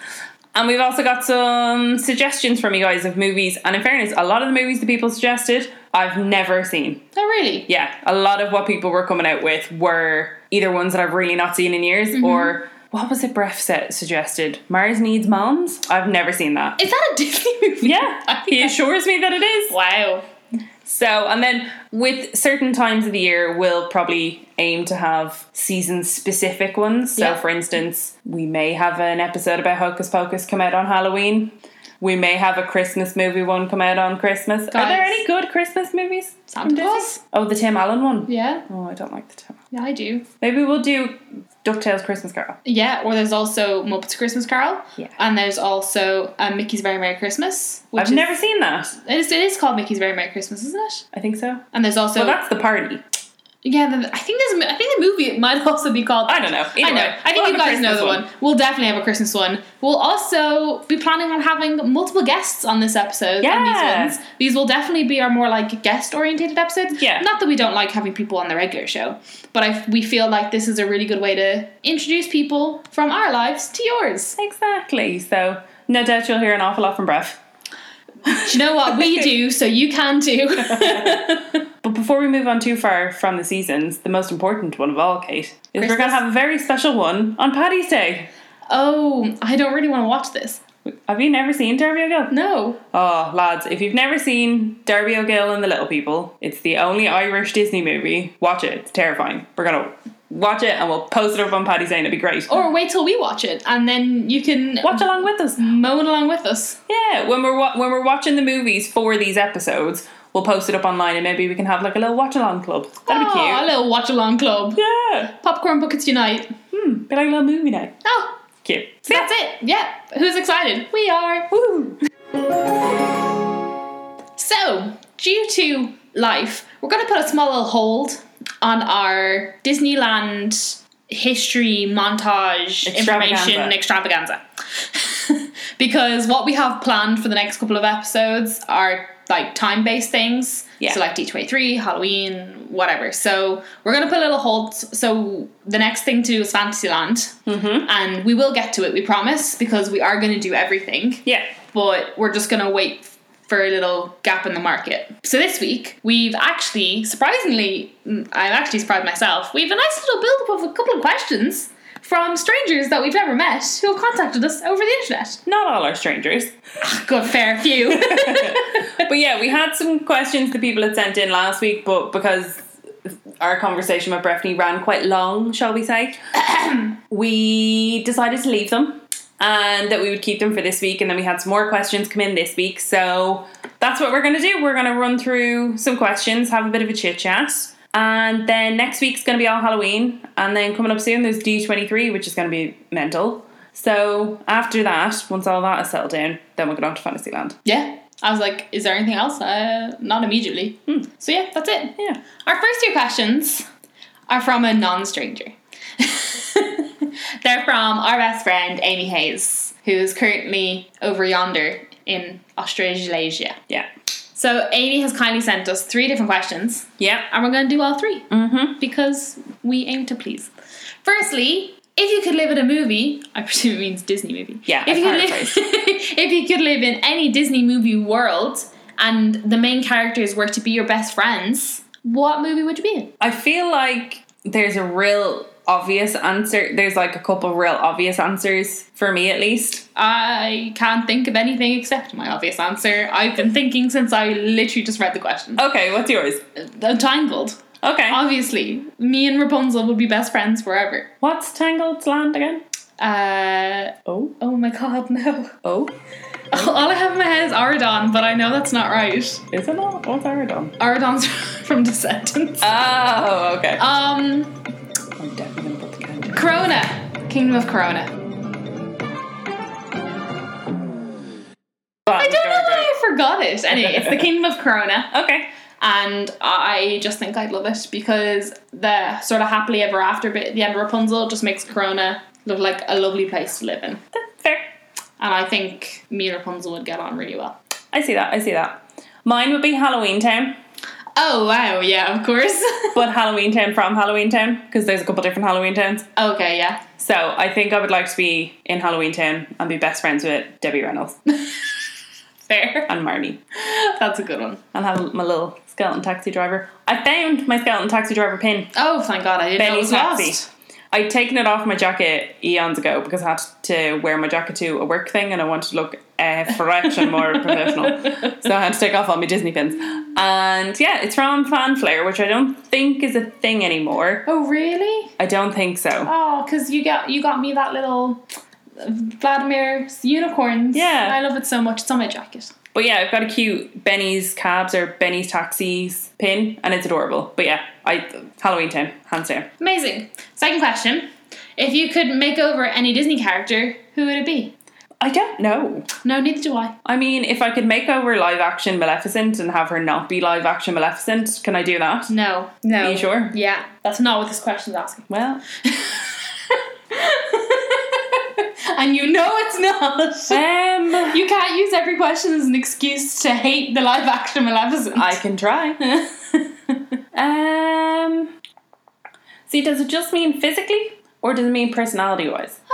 And we've also got some suggestions from you guys of movies. And in fairness, a lot of the movies that people suggested, I've never seen. Oh really? Yeah, a lot of what people were coming out with were either ones that I've really not seen in years or what was it Bref set suggested? Mars Needs Moms? I've never seen that. Is that a Disney (laughs) movie? yeah, I think he I- assures me that it is. Wow. So, and then with certain times of the year, we'll probably aim to have season specific ones. So, Yeah. for instance, we may have an episode about Hocus Pocus come out on Halloween. We may have a Christmas movie one come out on Christmas. Are Guys. there any good Christmas movies? from Santa Disney? Claus? Oh, the Tim Allen one. Yeah. Oh, I don't like the Tim. Allen. Yeah, I do. Maybe we'll do DuckTales Christmas Carol. Yeah, or there's also Muppets Christmas Carol. Yeah. And there's also um, Mickey's Very Merry Christmas. Which I've is, never seen that. It is, it is called Mickey's Very Merry Christmas, isn't it? I think so. And there's also Well, that's the party. yeah. The, I think there's I think the movie might (laughs) also be called. I don't know. Either I know. way, I think we'll you have a guys know Christmas the one. one. We'll definitely have a Christmas one. We'll also be planning on having multiple guests on this episode. Yeah. Yeah. these ones, these will definitely be our more like guest oriented episodes. Yeah. Not that we don't like having people on the regular show, but I, we feel like this is a really good way to introduce people from our lives to yours. Exactly. So, no doubt you'll hear an awful lot from Bref. Do you know what we do, so you can too. (laughs) But before we move on too far from the seasons, the most important one of all, Kate, is we're going Christmas? to have a very special one on Paddy's Day. oh, I don't really want to watch this. Have you never seen Derby O'Gill? No. Oh, lads, if you've never seen Derby O'Gill and the Little People, it's the only Irish Disney movie. Watch it. It's terrifying. We're going to watch it and we'll post it up on Paddy's Day and it'll be great. Or wait till we watch it, and then you can Watch along with us. moan along with us. Yeah, when we're wa- when we're watching the movies for these episodes, we'll post it up online and maybe we can have like a little watch along club. That'd be Aw, a cute. little watch along club. Yeah, Popcorn buckets unite. hmm, be like a little movie night. Oh, Cute. So that's it. Yeah. Who's excited? We are. Woo. So, due to life, we're going to put a small little hold on our Disneyland history montage information Extravaganza. extravaganza. (laughs) because what we have planned for the next couple of episodes are like time based things. Yeah. So, like D23, Halloween, whatever. So, we're going to put a little hold. So, the next thing to do is Fantasyland. Mm-hmm. And we will get to it, we promise, because we are going to do everything Yeah. but we're just going to wait for a little gap in the market. So this week, we've actually, surprisingly, mm, I'm actually surprised myself, we have a nice little build up of a couple of questions from strangers that we've never met who have contacted us over the internet. Not all are strangers. Good fair few. (laughs) But yeah, we had some questions that people had sent in last week, but because our conversation with Breffney ran quite long, shall we say, (coughs) we decided to leave them and that we would keep them for this week. And then we had some more questions come in this week. So that's what we're going to do. We're going to run through some questions, have a bit of a chit chat. And then next week's going to be all Halloween. And then coming up soon, there's D23, which is going to be mental. So after that, once all that is settled down, then we'll get on to Fantasyland. Yeah. I was like, is there anything else? Uh, not immediately. So yeah, that's it. Yeah. Our first two questions are from a non stranger. (laughs) They're from our best friend, Amy Hayes, who is currently over yonder in Australasia. Yeah. So, Amy has kindly sent us three different questions, Yeah. and we're going to do all 3 Mm-hmm. because we aim to please. Firstly, if you could live in a movie, I presume it means Disney movie. Yeah, If I you could paraphrased. live, (laughs) if you could live in any Disney movie world, and the main characters were to be your best friends, what movie would you be in? I feel like there's a real obvious answer. There's like a couple real obvious answers for me, at least. I can't think of anything except my obvious answer. I've been thinking since I literally just read the question. Okay, what's yours? Uh, Tangled. Okay. Uh, Obviously, me and Rapunzel would be best friends forever. What's Tangled's land again? Uh, Oh, oh my god, no. (laughs) oh, All I have in my head is Aradon, but I know that's not right. is it not? What's Aradon? Aradon's (laughs) from Descendants. Oh, okay. Um, I'm definitely gonna put the count. Corona. Kingdom of Corona. I don't know why I forgot it. Anyway, it's the Kingdom of Corona. (laughs) Okay. And I just think I'd love it because the sort of happily ever after bit at the end of Rapunzel just makes Corona look like a lovely place to live in. That's fair. And I think me and Rapunzel would get on really well. I see that. I see that. Mine would be Halloween Town, Oh, wow, yeah, of course. (laughs) but Halloween Town from Halloween Town because there's a couple different Halloween Towns. okay, yeah. So I think I would like to be in Halloween Town and be best friends with Debbie Reynolds (laughs) Fair. (laughs) and Marnie. That's a good one. and have my little skeleton taxi driver. I found my skeleton taxi driver pin. Oh, thank God, I didn't know it Benny was taxi. lost. I'd taken it off my jacket eons ago because I had to wear my jacket to a work thing and I wanted to look a fraction more professional. So I had to take off all my Disney pins. And yeah, it's from Fanflare, which I don't think is a thing anymore. Oh, really? I don't think so. Oh, because you got you got me that little Vladimir's unicorns. Yeah. I love it so much. It's on my jacket. But yeah, I've got a cute Benny's Cabs or Benny's Taxis pin and it's adorable. But yeah, I Halloween time, hands down. Amazing. Second question: If you could make over any Disney character, who would it be? I don't know. No, neither do I. I mean, if I could make over live action Maleficent and have her not be live action Maleficent, can I do that? No. No. Are you sure? Yeah. That's not what this question's (laughs) asking. Well, um, and you know it's (laughs) not. um, You can't use every question as an excuse to hate the live action Maleficent. I can try. um, see, does it just mean physically, or does it mean personality wise? (laughs)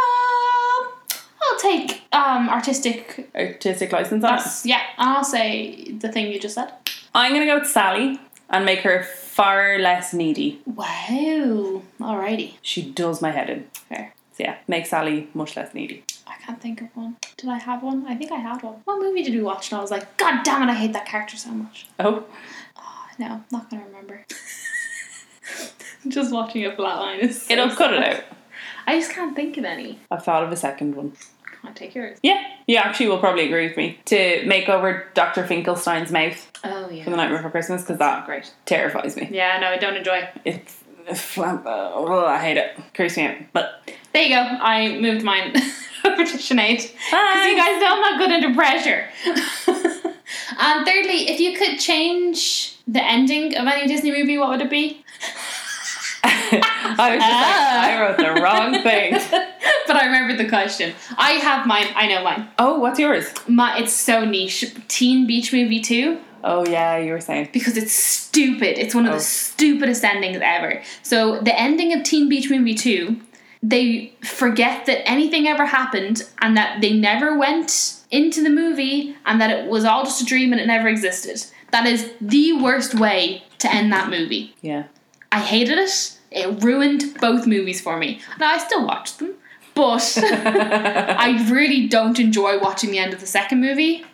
Um, I'll take um artistic. Artistic license on it. That's, yeah, and I'll say the thing you just said. I'm gonna go with Sally and make her far less needy. Wow. Alrighty. She does my head in. Fair. So yeah, make Sally much less needy. I can't think of one. Did I have one? I think I had one. What movie did we watch? And I was like, God damn it, I hate that character so much. Oh, No, not gonna remember. (laughs) just watching a flatline is. so it'll cut it sad. out. I just can't think of any. I've thought of a second one. Can't take yours. Yeah, you actually will probably agree with me to make over Dr. Finkelstein's mouth Oh for the yeah. night before Christmas because that Great. terrifies me. Yeah, no, I don't enjoy. It, oh, I hate it. Creeps me out. But There you go. I moved mine (laughs) over to Sinead. Because Hi. you guys know I'm not good under pressure. (laughs) um, thirdly, if you could change the ending of any Disney movie, what would it be? (laughs) I was just Ah. like, I wrote the (laughs) wrong thing. but I remembered the question. I have mine. I know mine. Oh, what's yours? My, it's so niche. Teen Beach Movie 2, Oh, yeah, you were saying. because it's stupid. It's one of Oh. the stupidest endings ever. So, the ending of Teen Beach Movie 2, they forget that anything ever happened and that they never went into the movie and that it was all just a dream and it never existed. That is the worst way to end that movie. Yeah. I hated it. It ruined both movies for me. Now I still watch them, but I really don't enjoy watching the end of the second movie.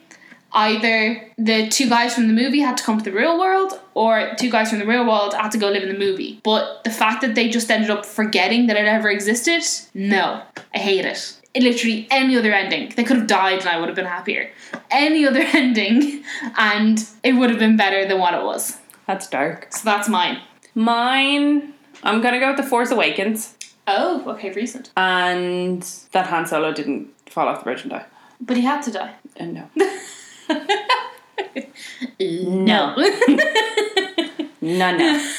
Either the two guys from the movie had to come to the real world, or two guys from the real world had to go live in the movie. But the fact that they just ended up forgetting that it ever existed, no, I hate it. It literally any other ending, they could have died and I would have been happier. Any other (laughs) ending, and it would have been better than what it was. That's dark. So that's mine. Mine, I'm going to go with The Force Awakens Oh, okay, recent. and that Han Solo didn't fall off the bridge and die. But he had (laughs) to die. And (laughs) no, E. No. no, no.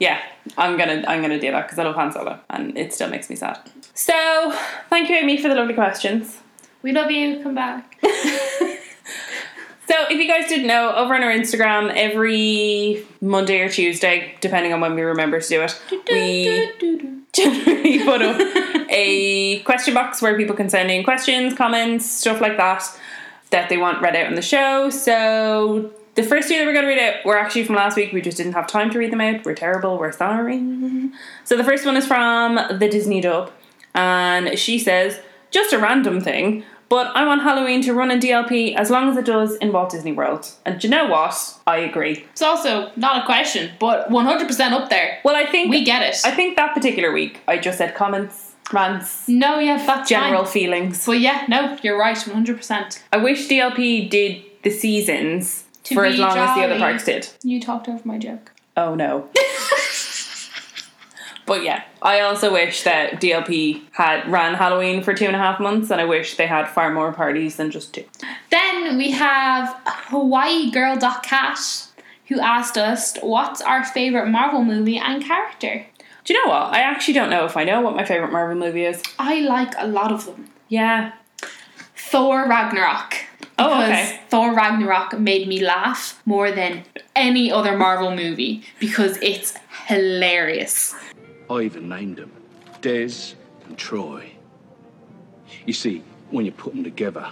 yeah, I'm gonna I'm gonna do that because I love Han Solo, and it still makes me sad. So thank you, Amy, for the lovely questions. (laughs) we love you. Come back. So, if you guys didn't know, over on our Instagram, every Monday or Tuesday, depending on when we remember to do it, we (laughs) generally put up a question box where people can send in questions, comments, stuff like that that they want read out on the show. So, the first two that we're going to read out were actually from last week. We just didn't have time to read them out. We're terrible. We're sorry. So, the first one is from the Disney Dub, and she says, just a random thing, but I want Halloween to run in DLP as long as it does in Walt Disney World. And do you know what? I agree. It's also not a question, but 100% up there. Well, I think We get it. I think that particular week, I just said comments, rants, no, yeah, that's general Fine. feelings. But yeah, no, you're right, 100%. I wish DLP did the seasons To for as be long as the other jolly. parks did. You talked over my joke. Oh (laughs) no. but yeah, I also wish that DLP had ran Halloween for two and a half months, and I wish they had far more parties than just two. Then we have Hawaii Girl Cat, who asked us, "What's our favorite Marvel movie and character?" Do you know what? I actually don't know if I know what my favorite Marvel movie is. I like a lot of them. Yeah. Thor Ragnarok. Oh, Because okay. Thor Ragnarok made me laugh more than any other Marvel movie because it's hilarious. I even named them Des and Troy. You see, when you put them together,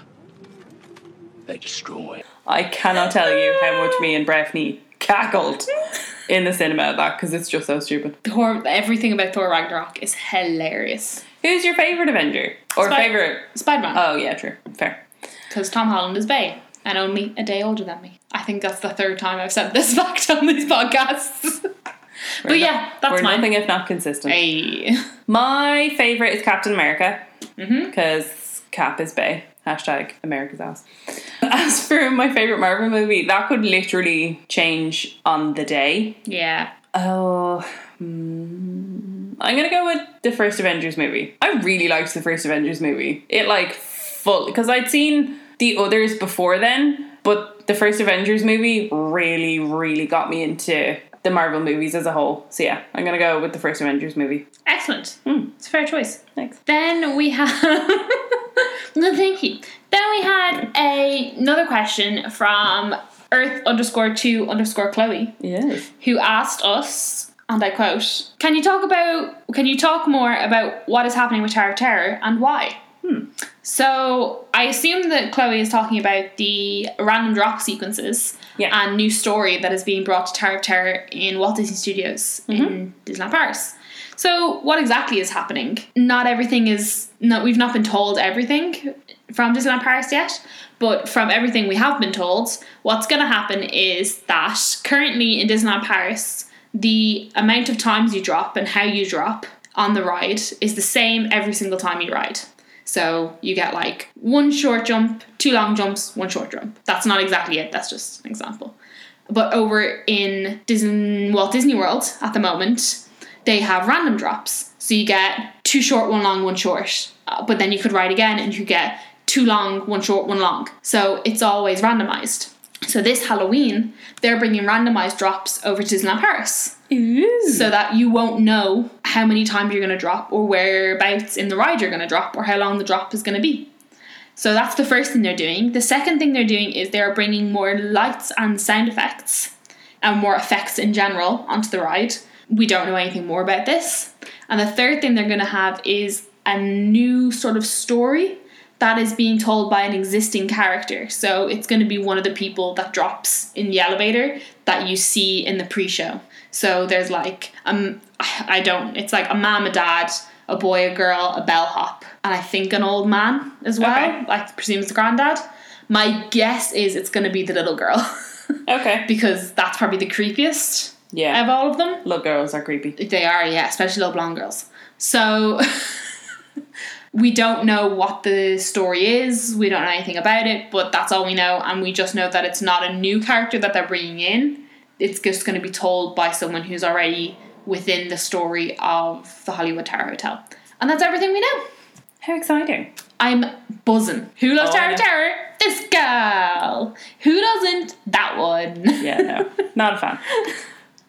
they destroy. I cannot tell you how much me and Breffney (laughs) cackled in the cinema at that because it's just so stupid. Thor, everything about Thor Ragnarok is hilarious. Who's your favorite Avenger or Spi- favorite? Spider Man, Oh yeah, true, fair. because Tom Holland is Bay and only a day older than me. I think that's the third time I've said this (laughs) fact on these podcasts. (laughs) but yeah, that's We're mine. nothing if not consistent. Hey. My favorite is Captain America Mm-hmm. because Cap is Bay. Hashtag America's ass. (laughs) As for my favorite Marvel movie, that could literally change on the day. (laughs) Yeah. Oh, hmm. I'm gonna go with the first Avengers movie. I really liked the first Avengers movie. It like full because I'd seen the others before then, but the first Avengers movie really, really got me into the Marvel movies as a whole. So yeah, I'm gonna go with the first Avengers movie. Excellent. Hmm. It's a fair choice. Thanks. Then we have. (laughs) no, thank you. Then we had a, another question from Earth underscore two underscore Chloe, Yes. who asked us, and I quote: "Can you talk about? Can you talk more about what is happening with Tower of Terror and why?" So I assume that Chloe is talking about the random drop sequences Yeah. and new story that is being brought to Tower of Terror in Walt Disney Studios in Disneyland Paris. So what exactly is happening? Not everything is no we've not been told everything from Disneyland Paris yet, but from everything we have been told, what's gonna happen is that currently in Disneyland Paris, the amount of times you drop and how you drop on the ride is the same every single time you ride. So you get like one short jump, two long jumps, one short jump. That's not exactly it, that's just an example. But over in Disney Walt Disney World at the moment, they have random drops. So you get two short, one long, one short. Uh, but then you could ride again and you get two long, one short, one long. So it's always randomized. So this Halloween, they're bringing randomized drops over to Disneyland Paris so that you won't know how many times you're going to drop or whereabouts in the ride you're going to drop or how long the drop is going to be. So that's the first thing they're doing. The second thing they're doing is they are bringing more lights and sound effects and more effects in general onto the ride. We don't know anything more about this. And the third thing they're going to have is a new sort of story that is being told by an existing character. So it's going to be one of the people that drops in the elevator that you see in the pre-show. So there's like um (sighs) I don't it's like a mom, a dad, a boy, a girl, a bellhop, and I think an old man as well, Okay. like presumes the granddad. My guess is it's going to be the little girl (laughs) Okay. because that's probably the creepiest Yeah. of all of them. Little girls are creepy. They are, yeah, especially little blonde girls. So (laughs) we don't know what the story is, we don't know anything about it, but that's all we know, and we just know that it's not a new character that they're bringing in. It's just going to be told by someone who's already within the story of the Hollywood Tower Hotel. And that's everything we know. How exciting. I'm buzzing. Who loves Oh, I Tower know. Terror? This girl. Who doesn't? That one. Yeah, no, not a (laughs) fan.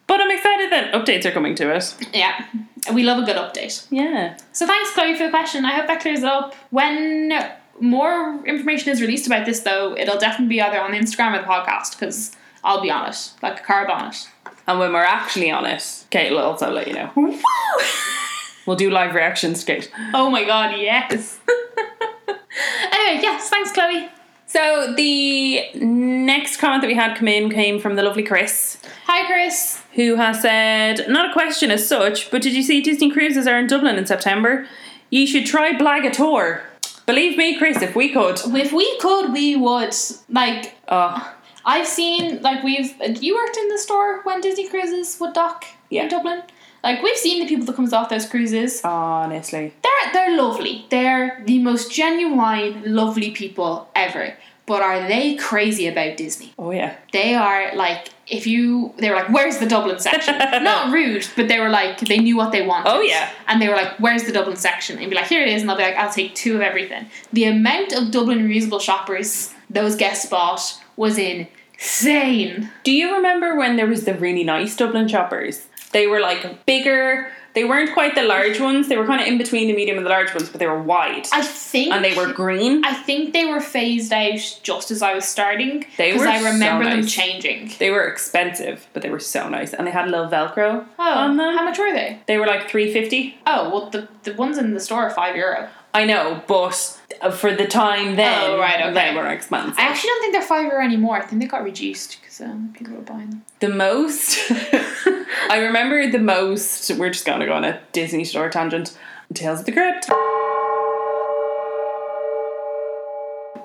But I'm excited that updates are coming to it. (laughs) yeah. We love a good update. Yeah. So thanks, Chloe, for the question. I hope that clears it up. When more information is released about this, though, it'll definitely be either on the Instagram or the podcast because I'll be on it, like a carb on it. And when we're actually on it, Kate will also let you know. We'll do live reactions, Kate. oh my god, yes. (laughs) anyway, yes, thanks, Chloe. So the next comment that we had come in came from the lovely Chris, Hi, Chris. who has said, not a question as such, but did you see Disney Cruises are in Dublin in September? You should try Blagator. Believe me, Chris, if we could. If we could, we would. Like, Oh, I've seen like we've you worked in the store when Disney Cruises would dock Yeah. in Dublin. Like we've seen the people that comes off those cruises. honestly. They're they're lovely. They're the most genuine, lovely people ever. But are they crazy about Disney? Oh, yeah. They are like if you they were like, Where's the (laughs) Dublin section? Not rude, but they were like they knew what they wanted. Oh, yeah. And they were like, Where's the Dublin section? And you'd be like, Here it is, and they'll be like, I'll take two of everything. The amount of Dublin reusable shoppers those guests bought was insane. Do you remember when there was the really nice Dublin shoppers? They were like bigger. They weren't quite the large ones. They were kind of in between the medium and the large ones, but they were wide. I think and they were green. I think they were phased out just as I was starting. They because were I remember so them nice. changing. They were expensive, but they were so nice. And they had a little Velcro Oh, on them. how much were they? They were like 350. Oh, well, the, the ones in the store are five euro. I know, but uh, for the time then, Oh, right, okay. they were expensive. I actually don't think they're five euro anymore. I think they got reduced because um, people were buying them. the most, (laughs) I remember the most, we're just going to go on a Disney store tangent, Tales of the Crypt.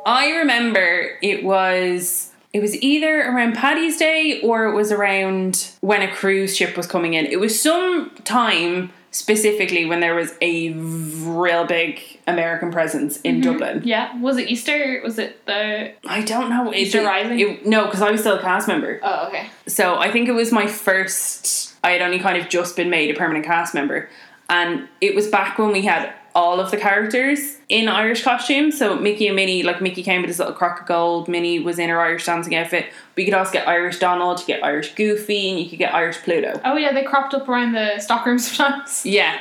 I remember it was it was either around Paddy's Day or it was around when a cruise ship was coming in. It was some time specifically when there was a v- real big American presence in Dublin. Yeah, was it Easter? Was it the? I don't know. Is Easter Rising? no, because I was still a cast member. Oh, okay. So I think it was my first. I had only kind of just been made a permanent cast member, and it was back when we had all of the characters in Irish costumes. So Mickey and Minnie, like Mickey came with his little crock of gold. Minnie was in her Irish dancing outfit. But you could also get Irish Donald, you get Irish Goofy, and you could get Irish Pluto. Oh yeah, they cropped up around the stockroom (laughs) sometimes. Yeah,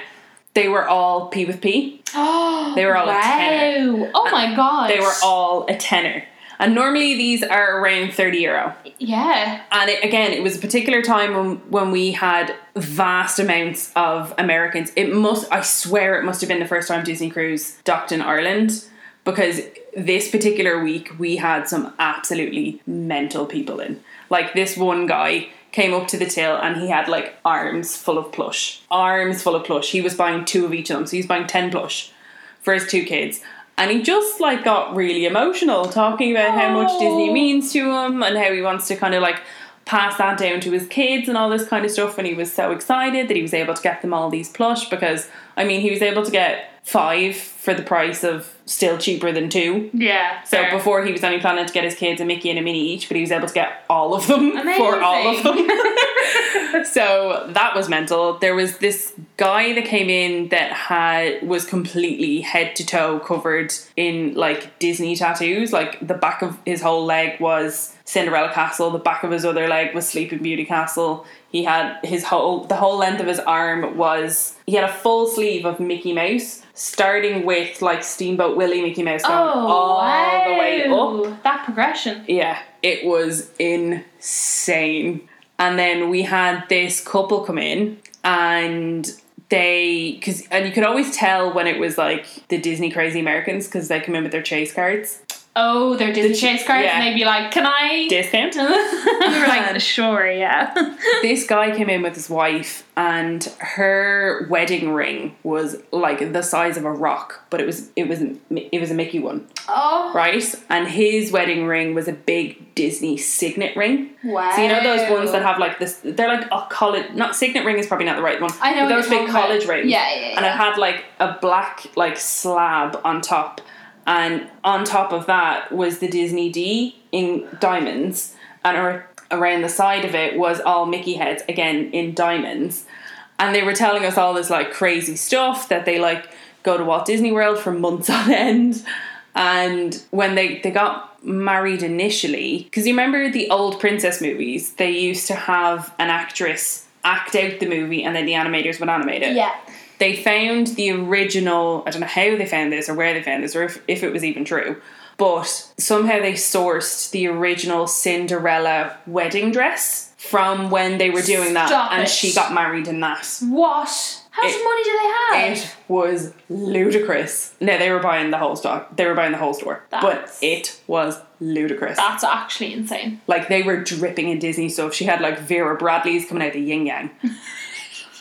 they were all P with P. (gasps) Oh, They were all a wow. tenner. Oh my god. They were all a tenner. And normally these are around 30 euro. Yeah. And it, again, it was a particular time when, when we had vast amounts of Americans. It must, I swear, it must have been the first time Disney Cruise docked in Ireland because this particular week we had some absolutely mental people in. Like this one guy came up to the till and he had like arms full of plush. Arms full of plush. He was buying two of each of them, so he was buying 10 plush for his two kids. And he just like got really emotional talking about how much Disney Oh. means to him and how he wants to kind of like pass that down to his kids and all this kind of stuff. And he was so excited that he was able to get them all these plush because I mean he was able to get five for the price of still cheaper than two. Yeah. So fair. before he was only planning to get his kids a Mickey and a Minnie each, but he was able to get all of them (laughs) for all of (laughs) Amazing. them. (laughs) so that was mental. There was this guy that came in that had was completely head to toe covered in like Disney tattoos. Like the back of his whole leg was Cinderella Castle, the back of his other leg was Sleeping Beauty Castle. He had his whole the whole length of his arm was he had a full sleeve of Mickey Mouse, starting with like Steamboat Willie Mickey Mouse oh, going all the way up. wow. That progression. Yeah, it was insane. And then we had this couple come in and they cuz and you could always tell when it was like the Disney crazy Americans cuz they come in with their chase cards. Oh, they're Disney chase cards, yeah. and they'd be like, "Can I?" Discount. (laughs) we were like, "Sure, yeah." this guy came in with his wife and her wedding ring was like the size of a rock, but it was it was it was a Mickey one, (laughs) oh, right? And his wedding ring was a big Disney signet ring. wow! So you know those ones that have like this? They're like a college, not signet ring is probably not the right one. I know but what those you're big talking about. college rings. Yeah, yeah, yeah. And it had like a black like slab on top, and on top of that was the Disney D in diamonds, and ar- around the side of it was all Mickey heads again in diamonds. and they were telling us all this like crazy stuff that they like go to Walt Disney World for months (laughs) on end. And when they, they got married initially, because you remember the old princess movies, they used to have an actress act out the movie and then the animators would animate it Yeah. they found the original i don't know how they found this or where they found this or if, if it was even true but somehow they sourced the original cinderella wedding dress from when they were doing that Stop and it. she got married in that What? How much It- money do they have? it was ludicrous no they were buying the whole stock they were buying the whole store That's- but it was ludicrous That's actually insane. like they were dripping in Disney stuff. She had like Vera Bradley's coming out the yin (laughs) yang.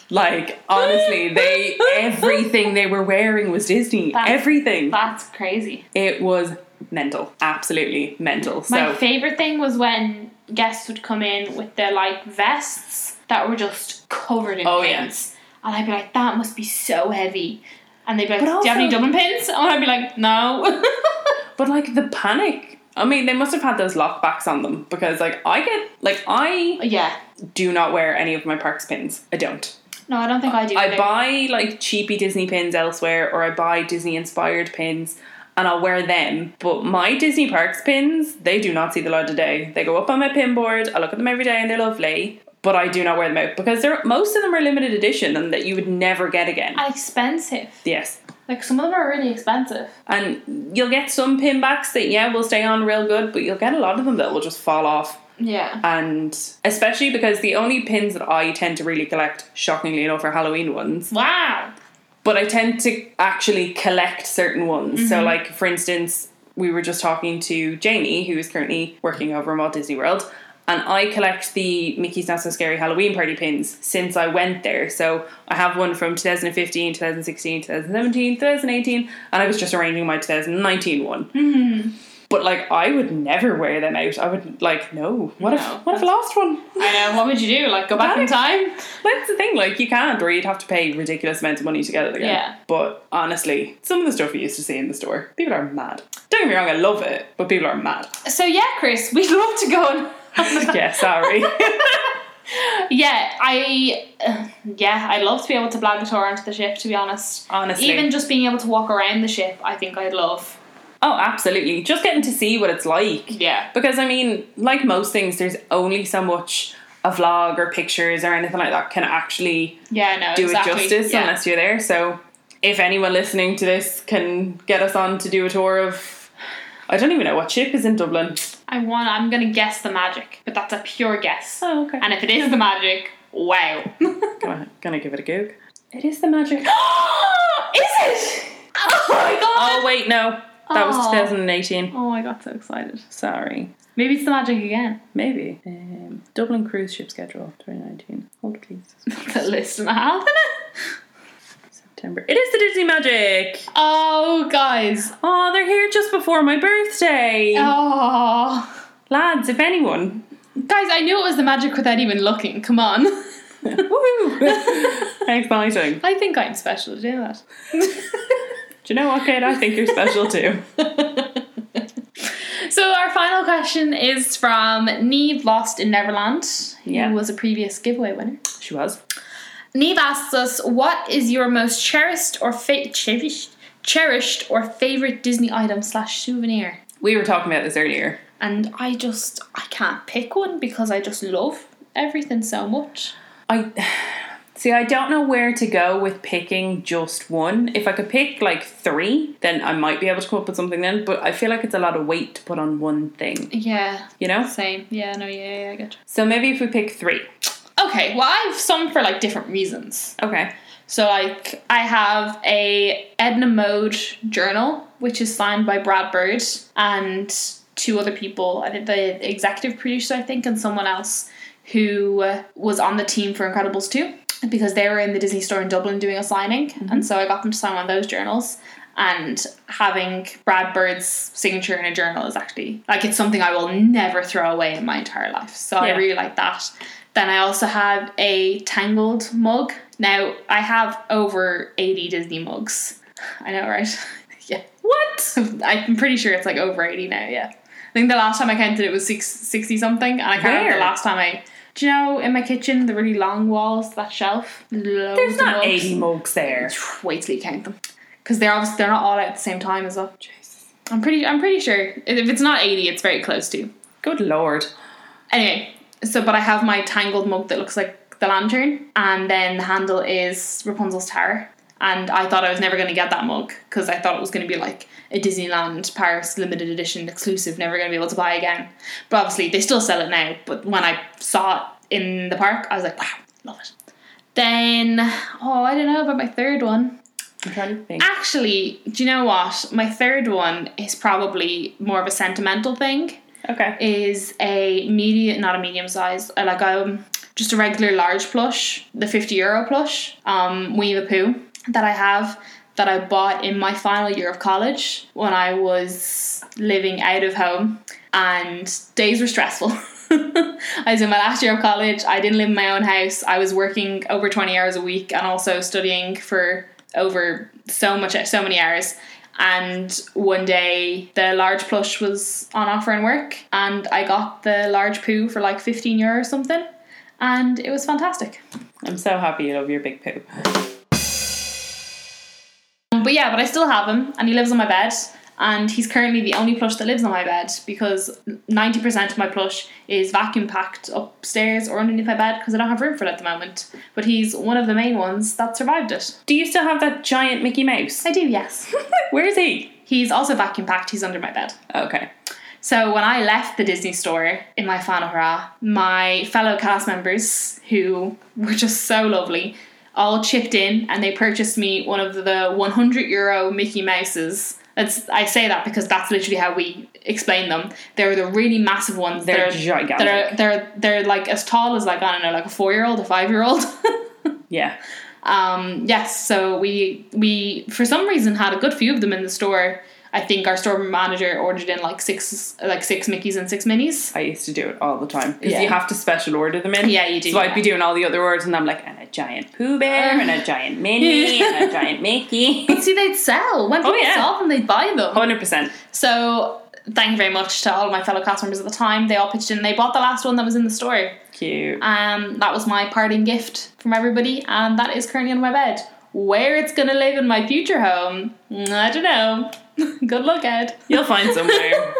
like honestly, they everything they were wearing was Disney. That's- everything. That's crazy. It was mental, absolutely mental. My So favorite thing was when guests would come in with their like vests that were just covered in Oh, yeah. pins, and I'd be like, "That must be so heavy." And they'd be like, But "Do you have any also- Dublin pins?" And I'd be like, "No." (laughs) but like the panic. I mean, they must have had those lockbacks on them because like I get like I yeah. do not wear any of my parks pins. I don't. No, I don't think I do. I either. buy like cheapy Disney pins elsewhere, or I buy Disney inspired pins and I'll wear them. But my Disney Parks pins, they do not see the light of day. They go up on my pin board, I look at them every day and they're lovely. But I do not wear them out because they're most of them are limited edition and that you would never get again. And expensive. yes. Like some of them are really expensive. And you'll get some pin backs that yeah will stay on real good, but you'll get a lot of them that will just fall off. Yeah. And especially because the only pins that I tend to really collect, shockingly enough, are Halloween ones. Wow. but I tend to actually collect certain ones. So, like for instance, we were just talking to Jamie, who is currently working over in Walt Disney World, and I collect the Mickey's Not So Scary Halloween Party pins since I went there. So I have one from 2015, 2016, 2017, 2018, and I was just arranging my 2019 one. But like, I would never wear them out. I would like, no. What No. if what if I lost one? I know. What would you do? Like go back in time? That's the thing, like you can't, or you'd have to pay ridiculous amounts of money to get it again. Yeah. But honestly, some of the stuff we used to see in the store, people are mad. Don't get me wrong, I love it, but people are (laughs) mad. (laughs) So yeah, Chris, we'd (laughs) love to go on. yeah, sorry. (laughs) Yeah, I uh, yeah, I'd love to be able to blag a tour onto the ship. To be honest, Honestly. even just being able to walk around the ship, I think I'd love. oh, absolutely. Just getting to see what it's like. Yeah, Because I mean, like most things, there's only so much a vlog or pictures or anything like that can actually yeah, no, do exactly. it justice yeah. unless you're there. So if anyone listening to this can get us on to do a tour of I don't even know what ship is in Dublin. I want. I'm gonna guess the magic, but that's a pure guess. Oh, okay. And if it is the magic, (gasps) wow, is Gonna, gonna give it a goog. It is the magic. (laughs) it? Oh my god! oh wait, no. That was Aw. 2018. Oh, I got so excited. Sorry. Maybe it's the magic again. (laughs) Maybe. Um, Dublin cruise ship schedule 2019. Hold (laughs) please. That's a list and a half. isn't it? September. It is the Disney Magic. Oh, guys. Oh, they're here just before my birthday. Oh, Lads, if (laughs) anyone. guys, I knew it was the magic without even looking. Come on. (laughs) (laughs) Woohoo! Exciting. I think I'm special to do that. Do you know what, Kate? I think you're special (laughs) too. (laughs) So our final question is from Neve Lost in Neverland, who Yeah. was a previous giveaway winner. She was. Neve asks us, "What is your most cherished or fa- cherished, cherished or favorite Disney item slash souvenir?" We were talking about this earlier. And I just I can't pick one because I just love everything so much. I see. I don't know where to go with picking just one. If I could pick like three, then I might be able to come up with something then. But I feel like it's a lot of weight to put on one thing. Yeah, You know. same. Yeah, no, yeah, yeah, I get So maybe if we pick three. you. Okay, well, I have some for like different reasons. Okay. So like I have a Edna Mode journal, which is signed by Brad Bird and two other people. I think the executive producer, I think, and someone else who uh, was on the team for Incredibles 2 because they were in the Disney store in Dublin doing a signing, and so I got them to sign one of those journals. And having Brad Bird's signature in a journal is actually like it's something I will never throw away in my entire life. So Yeah. I really like that. Then I also have a Tangled mug. Now I have over 80 Disney mugs. I know, right? (laughs) yeah. What? (laughs) I'm pretty sure it's like over 80 now, yeah. I think the last time I counted it was six, 60 something, and I can't remember Where? the last time I Do you know in my kitchen the really long walls, that shelf? Loads There's of not mugs. 80 mugs there. Wait till you count them, because they're obviously they're not all out at the same time as well. I'm pretty I'm pretty sure if it's not eighty, it's very close to. Good lord. Anyway, so but I have my tangled mug that looks like the lantern, and then the handle is Rapunzel's Tower. And I thought I was never going to get that mug because I thought it was going to be like a Disneyland Paris limited edition exclusive, never going to be able to buy again. But obviously, they still sell it now. But when I saw it in the park, I was like, wow, love it. Then, oh, I don't know about my third one. I'm trying to think. Actually, do you know what? My third one is probably more of a sentimental thing Okay. is a medium, not a medium size, uh, like um, just a regular large plush, the 50 euro plush, um, Winnie the Pooh that I have that I bought in my final year of college when I was living out of home and days were stressful. (laughs) I was in my last year of college, I didn't live in my own house, I was working over 20 hours a week and also studying for over so much so many hours and one day the large plush was on offer in work and i got the large poo for like 15 euro or something and it was fantastic I'm so happy you love your big poo. Um, but yeah but i still have him and he lives on my bed and he's currently the only plush that lives on my bed because 90% of my plush is vacuum packed upstairs or underneath my bed because i don't have room for it at the moment but he's one of the main ones that survived it Do you still have that giant Mickey Mouse? i do yes Where is he? he's also vacuum packed he's under my bed Okay. So when I left the Disney store in my final hurrah, my fellow cast members, who were just so lovely, all chipped in and they purchased me one of the 100 euro Mickey Mouses. That's, I say that because that's literally how we explain them. They're the really massive ones. They're that are, gigantic. They're, they're, they're like as tall as like, I don't know, like a four year old, a five year (laughs) old. Yeah. Um, yes, so we we for some reason had a good few of them in the store. I think our store manager ordered in like six like six Mickeys and six Minis. I used to do it all the time because Yeah. you have to special order them in. Yeah, you do, So I'd be yeah. doing all the other words, and I'm like, and a giant Pooh Bear, and a (laughs) giant Minnie, and a giant Mickey. (laughs) See, they'd sell when people Oh, yeah. saw them, they'd buy them. Hundred percent. So thank you very much to all of my fellow cast members at the time. They all pitched in. They bought the last one that was in the store. Cute. Um, that was my parting gift from everybody, and that is currently on my bed. Where it's gonna live in my future home, I don't know. (laughs) good luck, Ed. You'll find somewhere.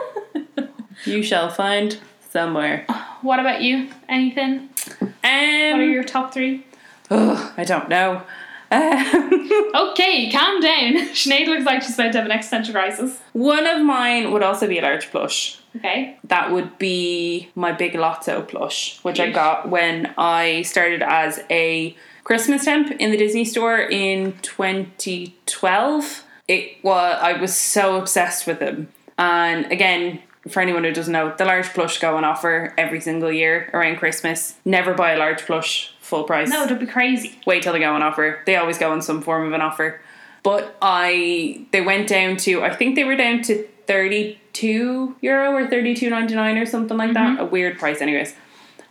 you shall find somewhere. (laughs) What about you? Anything? Um, What are your top three? ugh, I don't know. Um, Okay, calm down. (laughs) Sinead looks like she's about to have an existential crisis. one of mine would also be a large plush. Okay. that would be my big lotto plush, which I got when I started as a Christmas temp in the Disney store in 2012. It was I was so obsessed with them. And again, for anyone who doesn't know, the large plush go on offer every single year around Christmas. Never buy a large plush full price No, don't be crazy. wait till they go on offer. They always go on some form of an offer. But I they went down to I think they were down to thirty two euro or thirty two ninety nine or something like that. A weird price anyways.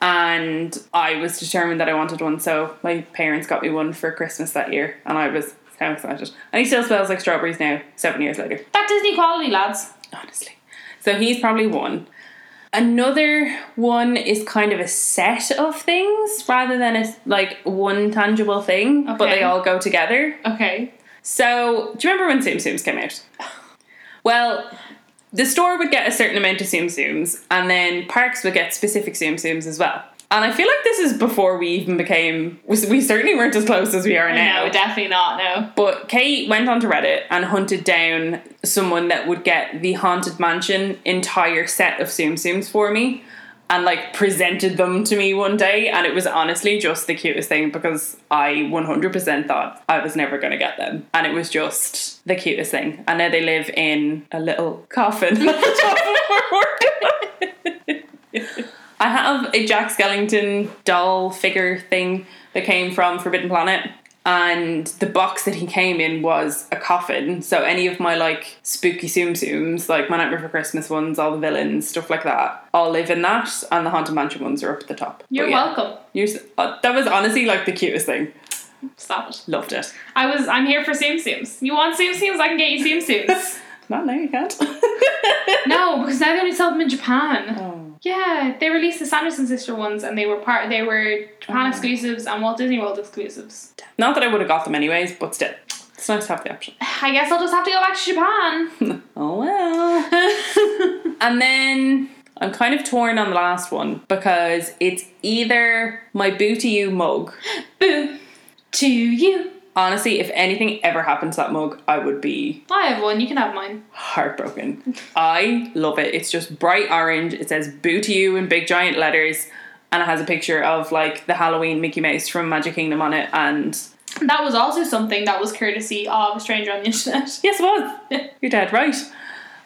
And I was determined that I wanted one, so my parents got me one for Christmas that year and I was so excited. And he still smells like strawberries now, seven years later That Disney quality, lads. honestly. So he's probably one. Another one is kind of a set of things rather than a, like one tangible thing, but Okay. they all go together. Okay. So, do you remember when Tsum Tsums came out? Well, the store would get a certain amount of Tsum Tsums, and then parks would get specific Tsum Tsums as well. And I feel like this is before we even became, we we certainly weren't as close as we are now. No, definitely not, no. But Kate went onto Reddit and hunted down someone that would get the Haunted Mansion entire set of Tsum Tsums for me and like presented them to me one day. And it was honestly just the cutest thing because I 100% thought I was never going to get them. And it was just the cutest thing. And now they live in a little coffin (laughs) at the top of my wardrobe. I have a Jack Skellington doll figure thing that came from Forbidden Planet. And the box that he came in was a coffin. So any of my like spooky Tsum Tsums, like my Nightmare for Christmas ones, all the villains, stuff like that, all live in that. And the Haunted Mansion ones are up at the top. You're But yeah. welcome. You're, s- uh, that was honestly like the cutest thing. Stop it. Loved it. I was I'm here for Tsum Tsums. You want Tsum Tsums? I can get you (laughs) Tsum Tsums. Not now you can't. no, because now they only sell them in Japan. oh. Yeah, they released the Sanderson sister ones, and they were part. They were Oh. Japan exclusives and Walt Disney World exclusives. Not that I would have got them anyways, but still, it's nice to have the option. I guess I'll just have to go back to Japan. (laughs) Oh well. and then I'm kind of torn on the last one because it's either my boo to you mug. Boo to you. Honestly, if anything ever happened to that mug, I would be I have one. You can have mine. heartbroken. I love it. It's just bright orange. It says boo to you in big giant letters. And it has a picture of like the Halloween Mickey Mouse from Magic Kingdom on it. And That was also something that was courtesy of a stranger on the internet. (laughs) yes, it was. You're dead right.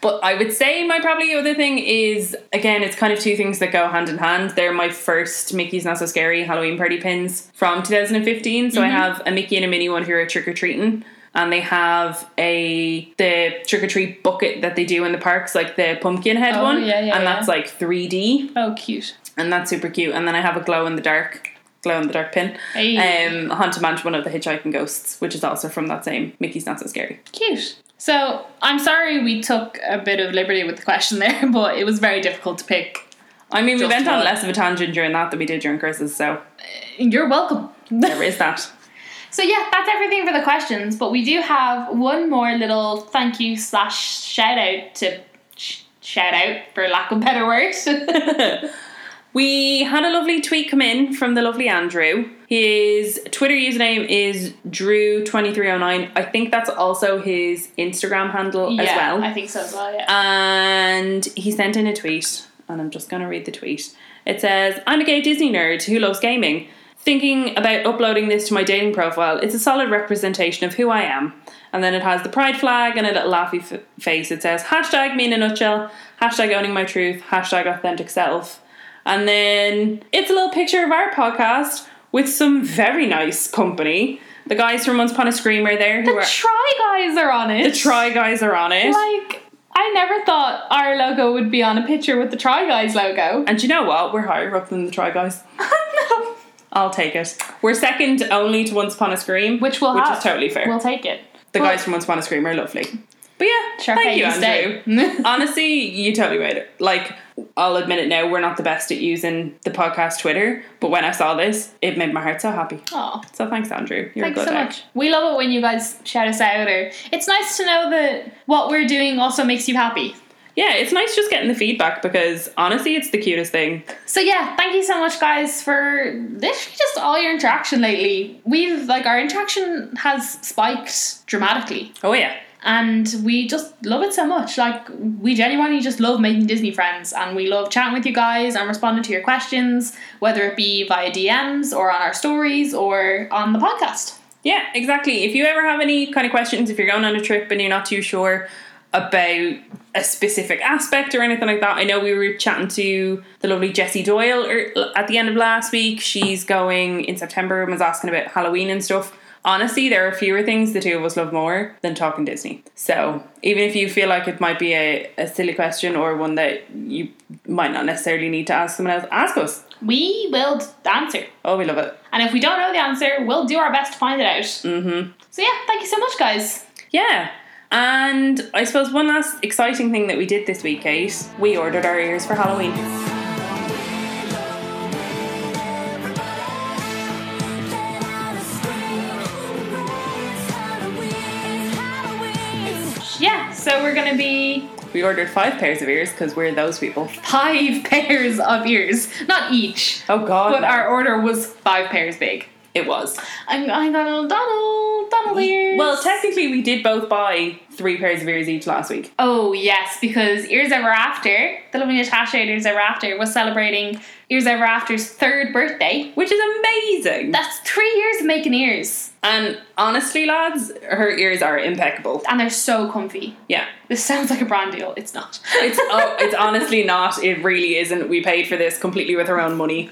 But I would say my probably other thing is again, it's kind of two things that go hand in hand. They're my first Mickey's Not So Scary Halloween Party pins from 2015. So I Mm-hmm. have a Mickey and a Minnie one who are trick or treating. And they have a the trick or treat bucket that they do in the parks, like the pumpkin head Oh, one, yeah, yeah, and yeah. that's like 3D. Oh, cute. and that's super cute. And then I have a glow in the dark, glow in the dark pin. Hey. Um, Haunted Mansion, one of the Hitchhiking Ghosts, which is also from that same Mickey's Not So Scary. Cute. So I'm sorry we took a bit of liberty with the question there, (laughs) but it was very difficult to pick. I mean, we Just went on one. less of a tangent during that than we did during Chris's, so You're welcome. there is that. (laughs) So yeah, that's everything for the questions. But we do have one more little thank you slash shout out to sh- shout out for lack of better words. (laughs) We had a lovely tweet come in from the lovely Andrew. His Twitter username is Drew2309. I think that's also his Instagram handle as Yeah, well. I think so as well. Yeah. Um, And he sent in a tweet, and I'm just going to read the tweet. It says, I'm a gay Disney nerd who loves gaming. Thinking about uploading this to my dating profile, it's a solid representation of who I am. And then it has the pride flag and a little laughy f- face. It says, hashtag me in a nutshell, hashtag owning my truth, hashtag authentic self. And then it's a little picture of our podcast with some very nice company. The guys from Once Upon a Scream are there. Who are, Try guys are on it. the Try Guys are on it. Like I never thought our logo would be on a picture with the Try Guys logo. (laughs) And you know what? We're higher up than the Try Guys. I'll take it. We're second only to Once Upon a Scream, Which we'll which have. is totally fair. (laughs) We'll take it. the guys from Once Upon a Scream are lovely. But yeah, thank you, Andrew. (laughs) Honestly, you totally made it. Like, I'll admit it now, we're not the best at using the podcast Twitter, but when I saw this, it made my heart so happy. Aw. So thanks, Andrew. You're Thanks a good so egg. much. We love it when you guys shout us out, or it's nice to know that what we're doing also makes you happy. Yeah, it's nice just getting the feedback because honestly, it's the cutest thing. So yeah, thank you so much, guys, for literally just all your interaction lately. We've like our interaction has spiked dramatically, Oh, yeah. and we just love it so much. Like we genuinely just love making Disney friends, and we love chatting with you guys and responding to your questions, whether it be via DMs or on our stories or on the podcast. Yeah, exactly. If you ever have any kind of questions, if you're going on a trip and you're not too sure about a specific aspect or anything like that, I know we were chatting to the lovely Jessie Doyle er- at the end of last week. She's going in September and was asking about Halloween and stuff. Honestly, there are fewer things the two of us love more than talking Disney. So, even if you feel like it might be a, a silly question or one that you might not necessarily need to ask someone else, ask us. We will answer. Oh, we love it. And if we don't know the answer, we'll do our best to find it out. Mm-hmm. So yeah, thank you so much, guys. Yeah. And I suppose one last exciting thing that we did this week, Kate, we ordered our ears for Halloween. Yeah, so we're gonna be We ordered five pairs of ears because we're those people. five (laughs) pairs of ears, not each, Oh God, but no. our order was five pairs big. it was. I'm, I got a little Donald, Donald ears. Well, technically, we did both buy three pairs of ears each last week. oh yes, because Ears Ever After, the lovely Natasha at Ears Ever After, was celebrating Ears Ever After's third birthday. Which is amazing. That's three years of making ears, and honestly, lads, her ears are impeccable. and they're so comfy. Yeah. This sounds like a brand deal. It's not. (laughs) It's oh, it's honestly not. It really isn't. We paid for this completely with our own money.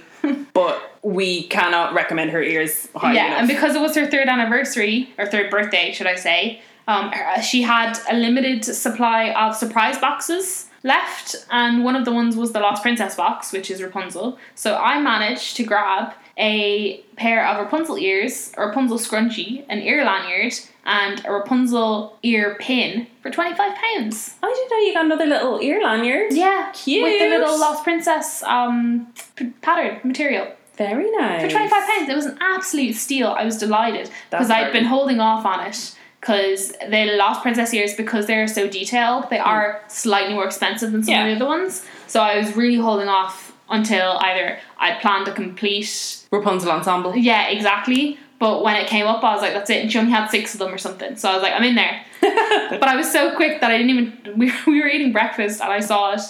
But we cannot recommend her ears highly yeah, enough. and because it was her third anniversary or third birthday, should I say? Um, her- she had a limited supply of surprise boxes left, and one of the ones was the Lost Princess box, which is Rapunzel. So I managed to grab a pair of Rapunzel ears, a Rapunzel scrunchie, an ear lanyard, and a Rapunzel ear pin for £25. I didn't know you got another little ear lanyard. Yeah, Cute. With the little Lost Princess um, p- pattern material. Very nice. For twenty five pounds, it was an absolute steal. I was delighted That's because I'd very- been holding off on it because the Lost Princess ears because they're so detailed, they are slightly more expensive than some Hmm. Yeah. of the other ones. So I was really holding off until either I planned a complete Rapunzel ensemble. yeah exactly. But when it came up, I was like, "That's it." And she only had six of them or something, so I was like, "I'm in (laughs) there." but I was so quick that I didn't even. We, (laughs) we were eating breakfast and I saw it,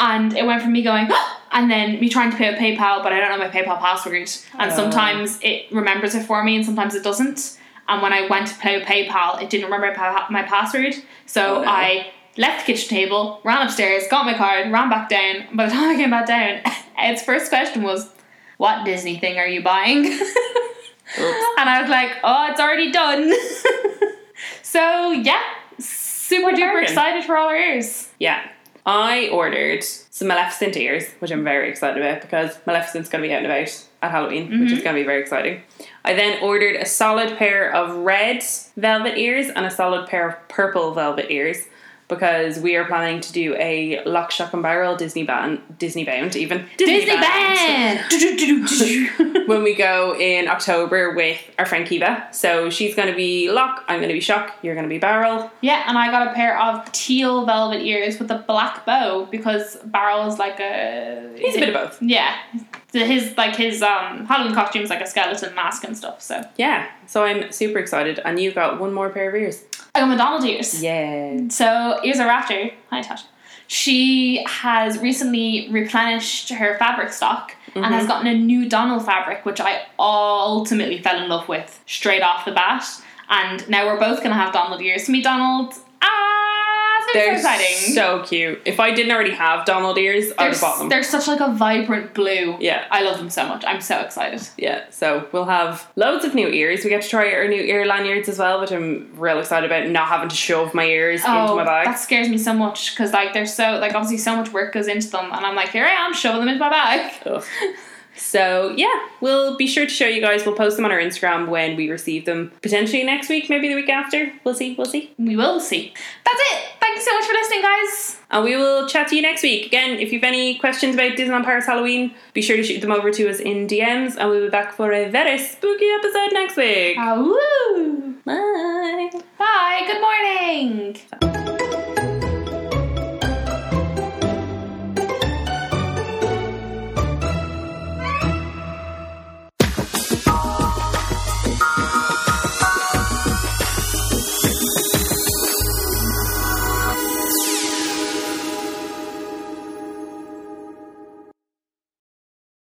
and it went from me going, and then me trying to pay with PayPal, but I don't know my PayPal password. And Oh. sometimes it remembers it for me, and sometimes it doesn't. And when I went to pay with PayPal, it didn't remember pa- my password, so Oh, no. I left the kitchen table, ran upstairs, got my card, ran back down. By the time I came back down, (laughs) its first question was, "What Disney thing are you buying?" (laughs) and I was like, "Oh, it's already done." (laughs) so yeah, super a duper bargain. excited for all our ears. Yeah. I ordered some Maleficent ears, which I'm very excited about because Maleficent's going to be out and about at Halloween, which is going to be very exciting. I then ordered a solid pair of red velvet ears and a solid pair of purple velvet ears because we are planning to do a Lock, Shock and Barrel Disney bound, Disney bound even. Disney (laughs) band. when we go in October with our friend Kiva. So she's going to be Lock, I'm going to be Shock, you're going to be Barrel. (laughs) yeah, and I got a pair of teal velvet ears with a black bow because Barrel is like a He's a bit of both. yeah. So His like his um Halloween costumes like a skeleton mask and stuff. So Yeah, so I'm super excited. And you got one more pair of ears. I got McDonald's ears. Yeah. So ears are after. Hi Tasha. She has recently replenished her fabric stock and Mm-hmm. has gotten a new Donald fabric, which I ultimately fell in love with straight off the bat. And now we're both gonna have Donald ears. Meet Donald. Ah, it's gonna They're be so exciting. so cute. If I didn't already have Donald ears, I they're, would have bought s- them. they're such like a vibrant blue. Yeah. I love them so much. I'm so excited. Yeah, so we'll have loads of new ears. We get to try our new ear lanyards as well, which I'm real excited about. Not having to shove my ears into Oh, my bag. that scares me so much because like they're so like obviously so much work goes into them, and I'm like here I am shoving them into my bag. Ugh. So yeah, we'll be sure to show you guys. We'll post them on our Instagram when we receive them. Potentially next week, maybe the week after. We'll see. We'll see. We will see. That's it. Thank you so much for listening, guys. And we will chat to you next week. Again, if you've any questions about Disneyland Paris Halloween, be sure to shoot them over to us in DMs, and we'll be back for a very spooky episode next week. Awoo. Bye. Bye. Good morning.